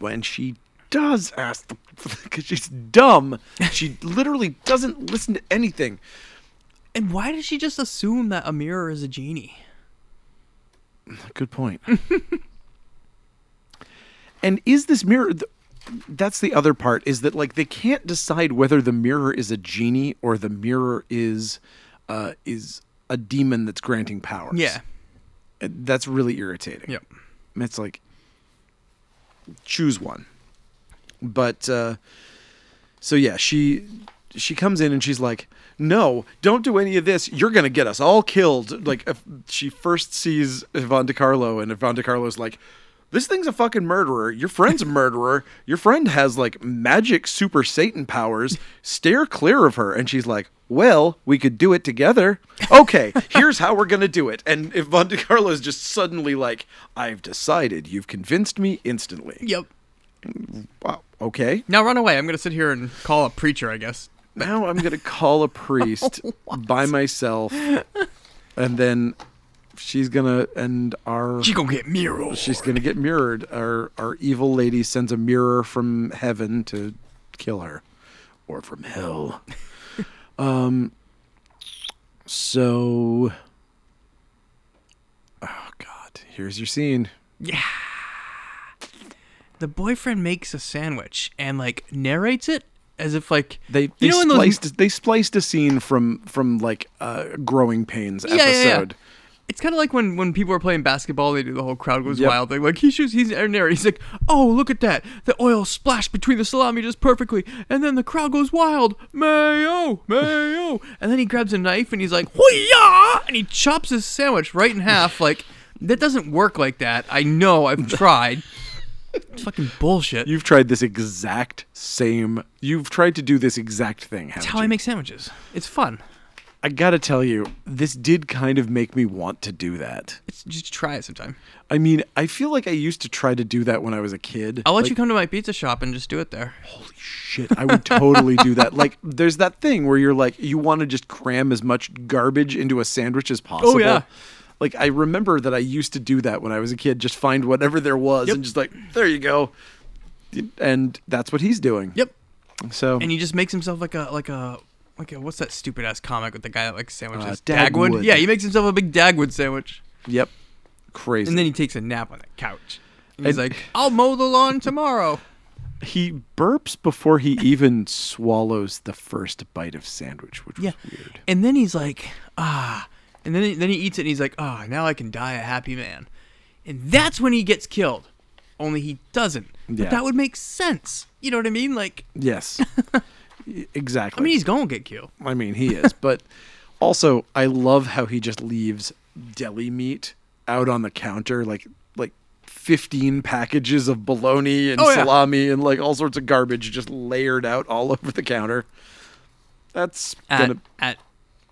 when she does ask the because she's dumb. She literally doesn't listen to anything.
And why did she just assume that a mirror is a genie?
Good point. and is this mirror? th- that's the other part is that like they can't decide whether the mirror is a genie or the mirror is uh, is a demon that's granting powers.
Yeah.
Uh, that's really irritating.
Yep.
And It's like choose one. But uh So yeah, she she comes in and she's like, "No, don't do any of this. You're gonna get us all killed." Like if she first sees Ivan DiCarlo, and Ivan DiCarlo's like, "This thing's a fucking murderer. Your friend's a murderer. Your friend has like magic super Satan powers. Steer clear of her." And she's like, "Well, we could do it together. Okay, here's how we're gonna do it." And Ivan DiCarlo is just suddenly like, "I've decided. You've convinced me instantly."
Yep.
Wow. Okay.
Now run away. I'm gonna sit here and call a preacher, I guess.
now I'm gonna call a priest
Oh,
by myself, and then she's gonna and our
She gonna get Miro.
she's gonna get mirrored. Our our evil lady sends a mirror from heaven to kill her, or from hell. um. So. Oh God! Here's your scene.
the boyfriend makes a sandwich and like narrates it as if like
They they
you know in those-
spliced they spliced a scene from from like uh, Growing Pains
Yeah, yeah, yeah.
episode.
It's kind of like when, when people are playing basketball, they do the whole crowd goes
Yep.
wild. Like, like he shoots, he's air narrow. He's like, oh, look at that. The oil splashed between the salami just perfectly. And then the crowd goes wild. Mayo, mayo. and then he grabs a knife and he's like, hoo And he chops his sandwich right in half. Like, that doesn't work like that. I know. I've tried. It's fucking bullshit.
You've tried this exact same. You've tried to do this exact thing. Haven't
That's how
you?
I make sandwiches. It's fun.
I gotta tell you, this did kind of make me want to do that.
It's just try it sometime.
I mean, I feel like I used to try to do that when I was a kid.
I'll let
Like,
you come to my pizza shop and just do it there.
Holy shit! I would totally do that. Like, there's that thing where you're like, you want to just cram as much garbage into a sandwich as possible.
Oh, yeah.
Like I remember that I used to do that when I was a kid. Just find whatever there was and just like, there you go. And that's what he's doing.
Yep.
So
and he just makes himself like a like a like a what's that stupid ass comic with the guy that likes sandwiches?
Uh, Dagwood.
Yeah, he makes himself a big Dagwood sandwich,
yep, crazy.
and then he takes a nap on the couch. And he's
And-
like, "I'll mow the lawn tomorrow."
he burps before he even swallows the first bite of sandwich, which was
Yeah,
weird.
and then he's like, "Ah," and then he, then he eats it, and he's like, "Ah, now I can die a happy man," and that's when he gets killed. Only he doesn't.
Yeah.
But that would make sense. You know what I mean? Like,
Yes, Y- exactly.
I mean, he's gonna get killed.
I mean, he is, but also I love how he just leaves deli meat out on the counter, like like fifteen packages of bologna and
Oh, yeah.
salami and like all sorts of garbage just layered out all over the counter. That's
At,
gonna.
at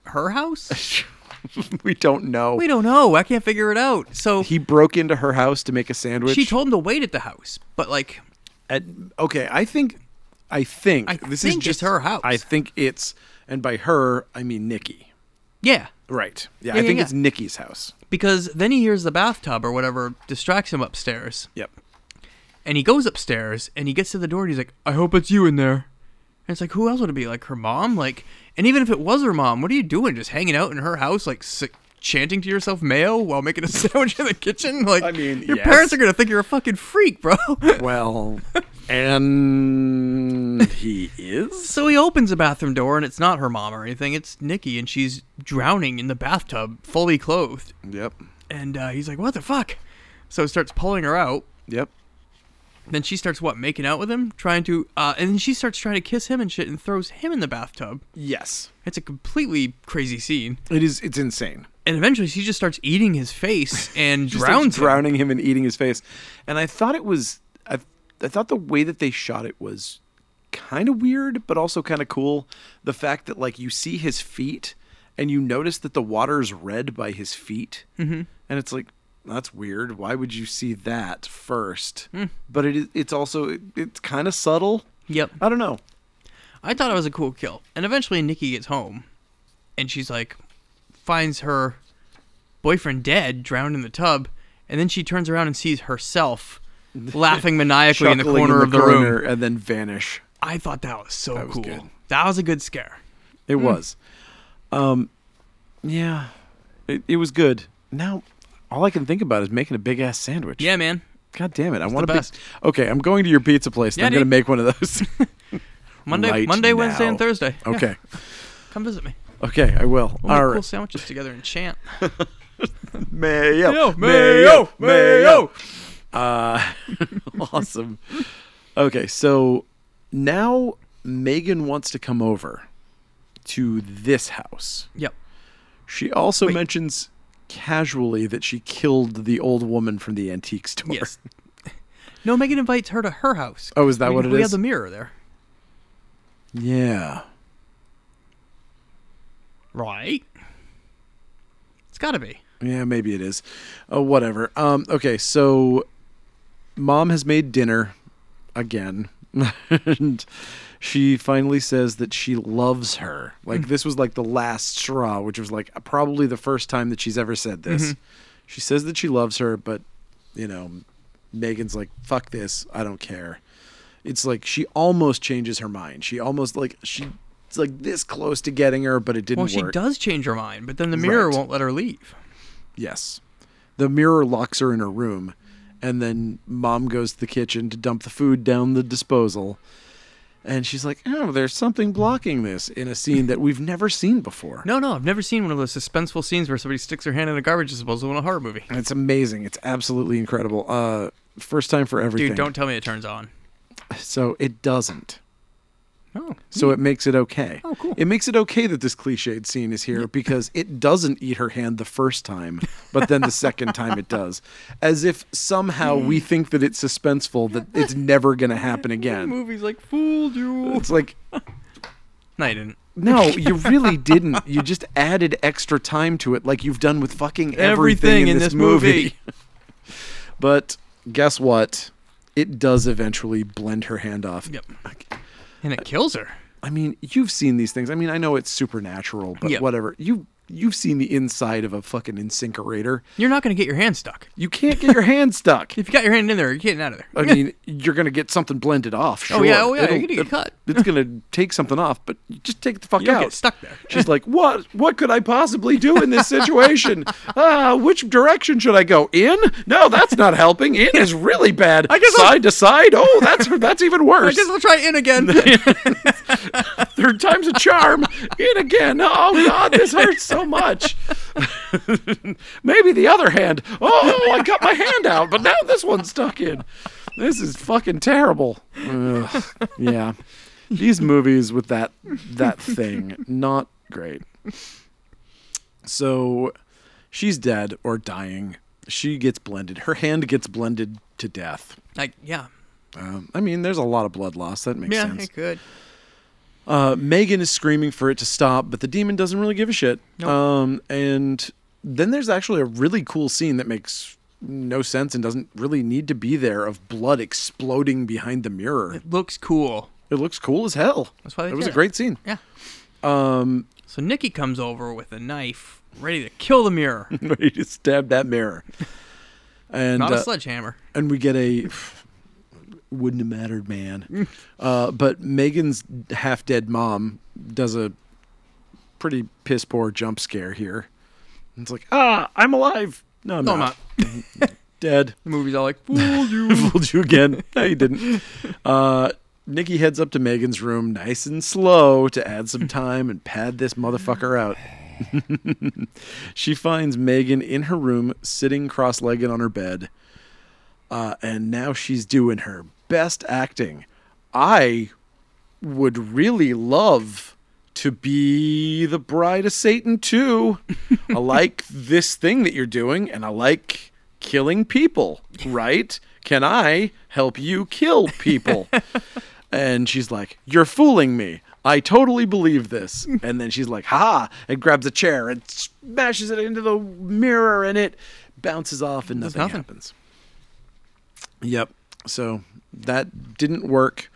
her house?
we don't know.
We don't know. I can't figure it out. So
he broke into her house to make a sandwich.
she told him to wait at the house, but like
At, okay, I think, I think
I
this
think
is
it's
just
her house.
I think it's, and by her I mean Nikki.
Yeah,
Right. Yeah,
Yeah,
I
yeah,
think
yeah.
it's Nikki's house.
because then he hears the bathtub or whatever distracts him upstairs,
Yep.
and he goes upstairs and he gets to the door and he's like, "I hope it's you in there." And it's like, who else would it be? Like her mom? Like, and even if it was her mom, what are you doing? Just hanging out in her house, like s chanting to yourself mayo while making a sandwich in the kitchen? Like,
I mean,
your
yes.
parents are gonna think you're a fucking freak, bro.
Well, and he is.
so he opens the bathroom door and it's not her mom or anything. It's Nikki, and she's drowning in the bathtub, fully clothed.
Yep.
And uh, he's like, "What the fuck?" So he starts pulling her out.
Yep.
Then she starts what making out with him, trying to, uh, and then she starts trying to kiss him and shit, and throws him in the bathtub.
Yes.
It's a completely crazy scene,
It is. It's insane.
and eventually she just starts eating his face and
She starts
drowns him.
drowning him and eating his face. And I thought it was. I, I thought the way that they shot it was kind of weird, but also kind of cool. The fact that like you see his feet and you notice that the water's red by his feet, mm-hmm. and it's like that's weird. Why would you see that first?
Hmm.
But it is. It's also. It, it's kind of subtle.
Yep,
I don't know.
I thought it was a cool kill, and eventually Nikki gets home, and she's like, finds her boyfriend dead, drowned in the tub, and then she turns around and sees herself laughing maniacally in the
Chuckling
corner of the
corner
room.
and then vanish.
I thought that was so
That was
cool.
good.
That was a good scare.
It
Hmm.
was. Um, yeah, it, it was good. Now, all I can think about is making a big ass sandwich.
Yeah, man.
God damn it! I
the
want to. Big...
best.
Okay, I'm going to your pizza place. and
Yeah,
I'm going to
dude.
make one of those.
Monday,
Right
Monday, Wednesday, and
now.
Thursday. Yeah,
okay,
come visit me.
okay, I will.
We'll
all
make
right.
cool sandwiches together and chant.
Mayo,
mayo, mayo.
Uh, awesome. Okay, so now Megan wants to come over to this house.
Yep.
She also
Wait.
mentions casually that she killed the old woman from the antique store.
Yes. No, Megan invites her to her house.
Oh, is that
we,
what it
we
is?
have the mirror there.
Yeah.
Right. It's got to be.
Yeah, maybe it is. Uh, whatever. Um, okay, so mom has made dinner again. and she finally says that she loves her. Like,
Mm-hmm.
this was like the last straw, which was like probably the first time that she's ever said this.
Mm-hmm.
She says that she loves her, but, you know, Megan's like, fuck this. I don't care. It's like she almost changes her mind. She almost, like, she. It's like this close to getting her, but it didn't
Well,
work.
she does change her mind, but then the mirror
Right.
won't let her leave.
Yes. The mirror locks her in her room, and then mom goes to the kitchen to dump the food down the disposal. And she's like, oh, there's something blocking this in a scene that we've never seen before.
No, no, I've never seen one of those suspenseful scenes where somebody sticks their hand in a garbage disposal in a horror movie.
And It's amazing. It's absolutely incredible. Uh, first time for everything.
Dude, don't tell me it turns on.
So it doesn't.
Oh,
So it makes it okay.
Oh, cool.
It makes it okay that this cliched scene is here because it doesn't eat her hand the first time, but then the second time it does. As if somehow
Hmm.
we think that it's suspenseful, that it's never going to happen again.
movie's like fooled you.
It's like,
No, you didn't.
no, you really didn't. You just added extra time to it like you've done with fucking everything,
Everything in this movie.
but guess what? It does eventually blend her hand off.
Yep. And it kills her.
I mean, you've seen these things. I mean, I know it's supernatural, but
Yep.
whatever. You you've seen the inside of a fucking incinerator.
You're not going to get your hand stuck.
You can't get your hand stuck.
If you got your hand in there, you're getting out of there.
I mean, you're gonna get something blended off. Sure.
Oh, yeah, oh, yeah,
It'll-
you're gonna get
it'll-
cut.
It's gonna take something off, but you just take the fuck
You'll
out.
get stuck there.
She's like, "What? What could I possibly do in this situation? Ah, which direction should I go? In? No, that's not helping. In is really bad. I
guess I'll-
side to side. Oh, that's that's even
I
worse.
guess I'll try in again.
Third time's a charm. In again. Oh God, this hurts so much. Maybe the other hand. Oh, I got my hand out, but now this one's stuck in. This is fucking terrible. Ugh. Yeah, these movies with that that thing not great. So, she's dead or dying. She gets blended. Her hand gets blended to death.
like, yeah.
Um, I mean, there's a lot of blood loss. That makes
Yeah,
sense.
it could.
Uh, Megan is screaming for it to stop, but the demon doesn't really give a shit.
Nope.
Um, and then there's actually a really cool scene that makes no sense and doesn't really need to be there of blood exploding behind the mirror.
Looks cool.
It looks cool as hell.
That's why they
it was
did
a
it.
great scene.
Yeah. Um.
Um,
So Nikki comes over with a knife, ready to kill the mirror.
Ready to stab that mirror. And
Not
uh,
a sledgehammer.
and we get a wouldn't have mattered man uh, but megan's half-dead mom does a pretty piss poor jump scare here And it's like ah i'm alive no i'm
No, I'm
not
not.
dead
The movie's all like, fool you.
fooled you again no you didn't uh, nikki heads up to megan's room nice and slow to add some time and pad this motherfucker out she finds megan in her room sitting cross-legged on her bed uh, and now she's doing her best acting. I would really love to be the bride of Satan too. I like this thing that you're doing, and I like killing people, right? Can I help you kill people? and she's like, You're fooling me. I totally believe this. And then she's like, Ha! And grabs a chair and smashes it into the mirror, and it bounces off, and
Does
nothing,
nothing.
happens. Yep. So that didn't work.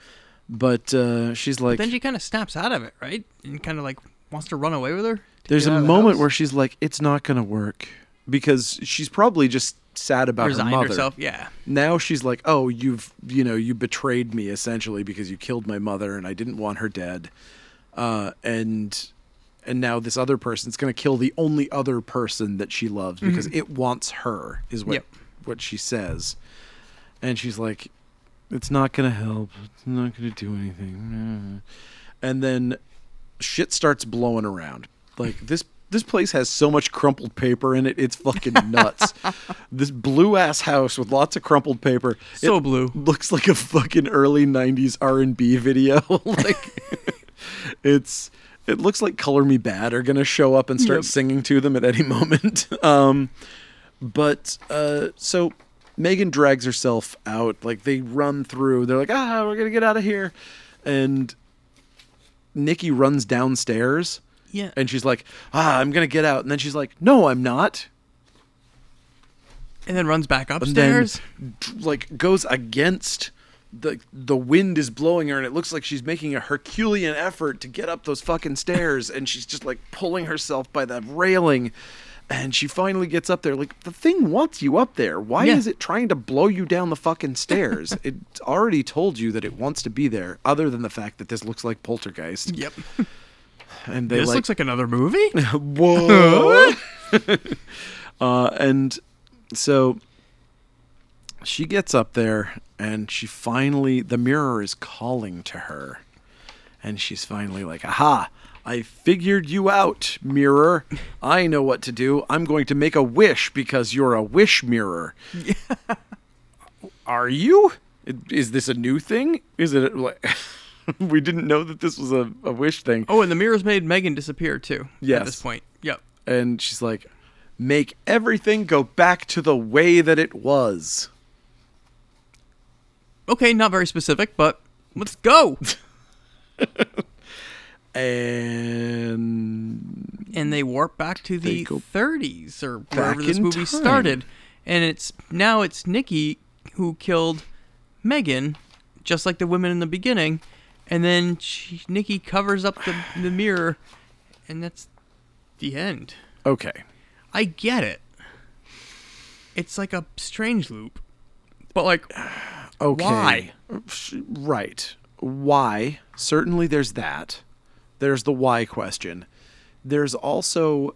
But uh, she's like,
Then she kind of snaps out of it, right? And kind of like wants to run away with her. to
There's
get out
a
of the
moment
house.
where she's like, "It's not gonna work," because she's probably just sad about
resigned
her mother.
herself. Yeah.
Now she's like, "Oh, you've you know you betrayed me essentially because you killed my mother and I didn't want her dead," uh, and and now this other person's gonna kill the only other person that she loves because it wants her is what
Mm-hmm. Yep.
what she says, and she's like, "It's not gonna help. It's not gonna do anything," and then shit starts blowing around. Like this This place has so much crumpled paper in it. It's fucking nuts. this blue ass house with lots of crumpled paper.
So
it
blue.
Looks like a fucking early '90s R&B video. like it's it looks like Color Me Bad are gonna show up and start singing to them at any moment. um, but uh, so Megan drags herself out. Like they run through. They're like, ah, we're gonna get out of here, and Nikki runs downstairs.
Yeah.
And she's like, ah, I'm gonna get out. And then she's like, no, I'm not.
And then runs back
And then,
upstairs.
d- like goes against the the wind is blowing her and it looks like she's making a herculean effort to get up those fucking stairs and she's just like pulling herself by the railing and she finally gets up there like the thing wants you up there why
Yeah.
is it trying to blow you down the fucking stairs it already told you that it wants to be there other than the fact that this looks like poltergeist
yep.
and they
This
like
looks like another movie.
Whoa. uh, and so she gets up there and she finally, the mirror is calling to her. And she's finally like, aha, I figured you out, mirror. I know what to do. I'm going to make a wish because you're a wish mirror. Are you? Is this a new thing? Is it like. we didn't know that this was a, a wish thing.
Oh, and the mirrors made Megan disappear too. At
Yes.
this point. Yep.
and she's like, "Make everything go back to the way that it was."
Okay, not very specific, but let's go.
And
and they warp back to the
They go
30s or wherever this
in
movie
time.
started. And it's now it's Nikki who killed Megan, just like the women in the beginning. And then she, Nikki covers up the, the mirror, and that's the end.
okay,
I get it. It's like a strange loop, but like
okay,
Why?
Right? Why? Certainly, there's that. There's the why question. There's also,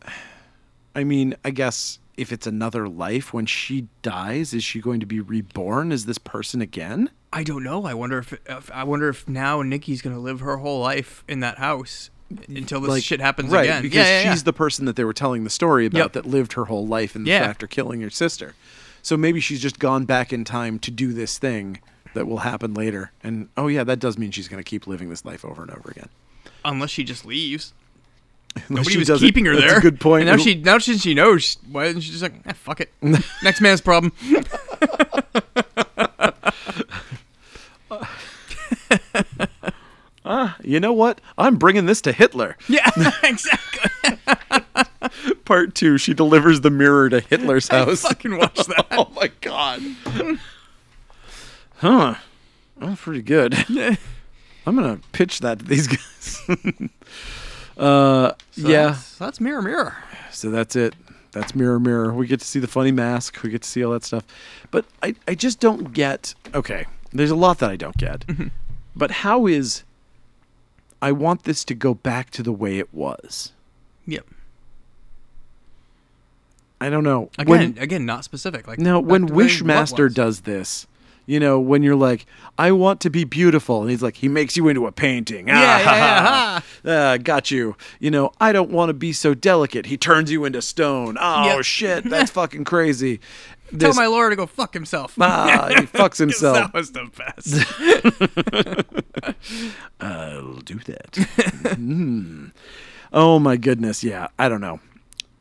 I mean, I guess if it's another life, when she dies, is she going to be reborn as this person again?
I don't know. I wonder if, if I wonder if now Nikki's gonna live her whole life in that house until this shit happens
right,
again.
Because
yeah, yeah,
she's the person that they were telling the story about
Yep.
that lived her whole life in the
Yeah.
after killing her sister. So maybe she's just gone back in time to do this thing that will happen later. And oh yeah, that does mean she's going to keep living this life over and over again.
yeah. Unless she just leaves.
Unless
Nobody
she
was
doesn't-
keeping her
that's
there.
A good point.
And now she now since she knows, she- why isn't she just like, ah, fuck it, next man's problem.
You know what? I'm bringing this to Hitler.
yeah, exactly.
Part two. She delivers the mirror to Hitler's house.
Fucking watch that.
oh my god. huh. That's pretty good. I'm gonna pitch that to these guys. uh,
So
yeah.
that's, that's mirror mirror.
So that's it. That's Mirror Mirror. We get to see the funny mask. We get to see all that stuff. But I, I just don't get. Okay, there's a lot that I don't get. But how is. I want this to go back to the way it was.
Yep.
I don't know.
Again, again, not specific. Like
Now,
back
when
to the way what
Wishmaster
was.
does this, you know, when you're like, I want to be beautiful, and he's like, he makes you into a painting. Ah,
Yeah,
ha,
yeah,
ha, Ah, got you. You know, I don't want to be so delicate. He turns you into stone. Oh,
Yep.
shit, that's fucking crazy.
tell
This,
my lord to go fuck himself.
ah, he fucks himself.
that was the best.
I'll do that. Mm. Oh my goodness, yeah. I don't know.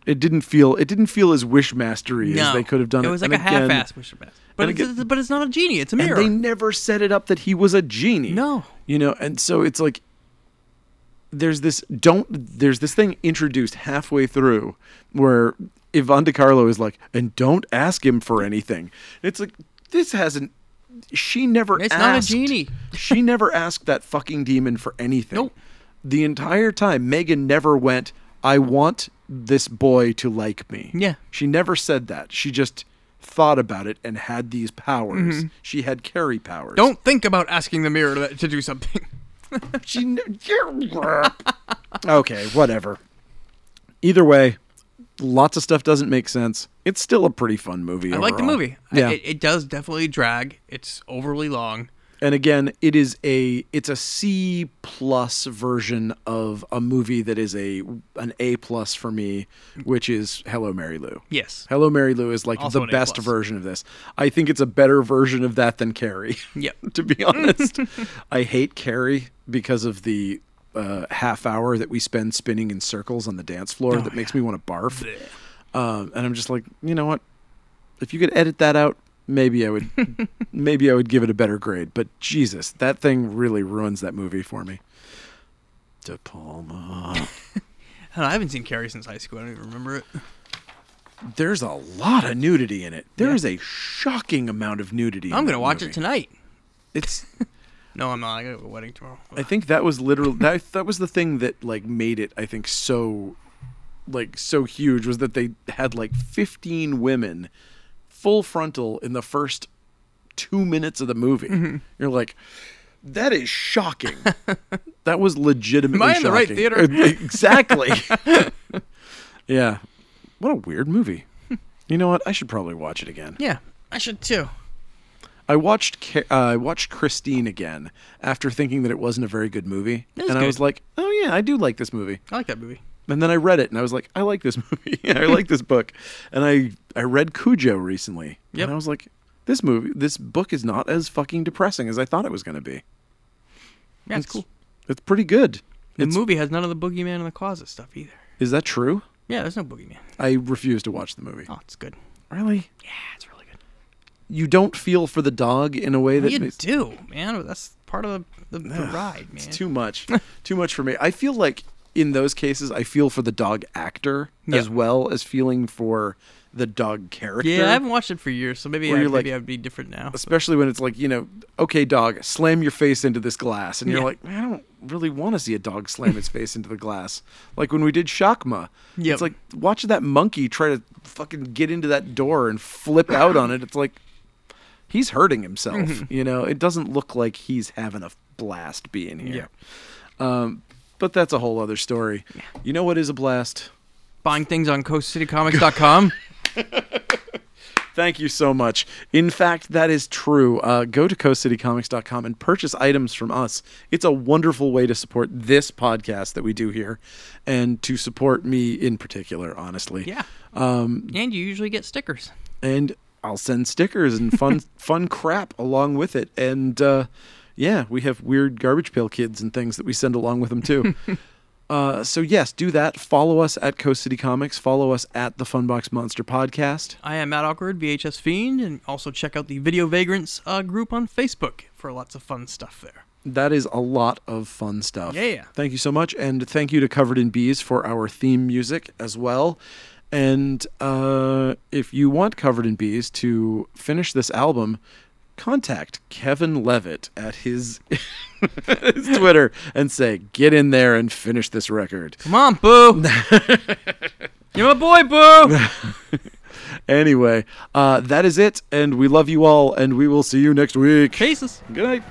It didn't feel it didn't feel as wishmastery as they could have done it.
It was like
And
a
again-
half-ass Wishmaster. But
and
it's, it's- but it's not a genie. It's a mirror.
And they never set it up that he was a genie.
No.
You know, and so it's like there's this don't there's this thing introduced halfway through where Ivan DiCarlo is like, and don't ask him for anything. It's like this hasn't she never
It's
asked,
not a genie.
she never asked that fucking demon for anything.
Nope.
The entire time Megan never went, I want this boy to like me.
Yeah.
She never said that. She just thought about it and had these powers. She had carry powers.
Mm-hmm. Don't think about asking the mirror to, to do something.
She n- okay, whatever. Either way, lots of stuff doesn't make sense. It's still a pretty fun movie.
I like the movie. I-
Yeah.
It, it does definitely drag. It's overly long.
And again, it is a it's a C plus version of a movie that is a an A plus for me, which is Hello Mary Lou.
Yes.
Hello Mary Lou is like
Also
the
an A
best
plus.
version of this. I think it's a better version of that than Carrie.
Yep.
to be honest, I hate Carrie because of the uh, half hour that we spend spinning in circles on the dance
Oh,
floor that makes me want to barf. Um, and I'm just like, you know what? If you could edit that out, maybe I would, maybe I would give it a better grade. But Jesus, that thing really ruins that movie for me. De Palma.
I, don't know, I haven't seen Carrie since high school. I don't even remember it.
There's a lot of nudity in it. There is a shocking amount of nudity.
I'm gonna watch it tonight.
It's.
No, I'm not. I gotta go to a wedding tomorrow.
I think that was literally that that was the thing that like made it I think so like so huge was that they had like 15 women full frontal in the first 2 minutes of the movie.
Mm-hmm.
You're like that is shocking. that was legitimately
Am I in the right
shocking.
theater?
Uh, Exactly. yeah. What a weird movie. You know what? I should probably watch it again.
Yeah, I should too.
I watched Ca- uh, I watched Christine again after thinking that it wasn't a very good movie,
It was
and I
good.
was like, "Oh yeah, I do like this movie."
I like that movie.
And then I read it, and I was like, "I like this movie. I like this book." And I I read Cujo recently,
Yep.
and I was like, "This movie, this book is not as fucking depressing as I thought it was going to be.
Yeah, it's cool.
It's pretty good."
The
It's-
movie has none of the boogeyman in the closet stuff either.
Is that true?
Yeah, there's no boogeyman.
I refuse to watch the movie.
Oh, it's good.
Really?
Yeah, it's really good.
You don't feel for the dog in a way that
you
makes-
do, man. That's part of the, the, the ride, man.
It's too much. too much for me. I feel like in those cases, I feel for the dog actor
Yeah.
as well as feeling for the dog character.
yeah, I haven't watched it for years, so maybe I,
Where
maybe
you're like-
I'd be different now.
Especially when it's like, you know, okay, dog, slam your face into this glass. And you're
Yeah.
like, man, I don't really want to see a dog slam its face into the glass. Like when we did Shakma.
Yep.
It's like watching that monkey try to fucking get into that door and flip out on it. It's like, he's hurting himself.
Mm-hmm.
You know, it doesn't look like he's having a blast being here. Um, but that's a whole other story. You know what is a blast?
Buying things on coastcitycomics.com.
Thank you so much. In fact, that is true. Uh, go to coastcitycomics.com and purchase items from us. It's a wonderful way to support this podcast that we do here and to support me in particular, honestly.
yeah. and you usually get stickers.
and I'll send stickers and fun fun crap along with it. And uh, yeah, we have weird garbage pail kids and things that we send along with them too. uh, so yes, do that. Follow us at Coast City Comics. Follow us at the Funbox Monster Podcast.
I am Matt Awkward, VHS Fiend, and also check out the Video Vagrants uh, group on Facebook for lots of fun stuff there.
That is a lot of fun stuff.
Yeah.
Thank you so much, and thank you to Covered in Bees for our theme music as well. And uh, if you want Covered in Bees to finish this album, contact Kevin Levitt at his, his Twitter and say, "Get in there and finish this record."
Come on, Boo! You're my boy, Boo!
Anyway, uh, that is it, and we love you all, and we will see you next week.
Chases.
Good night.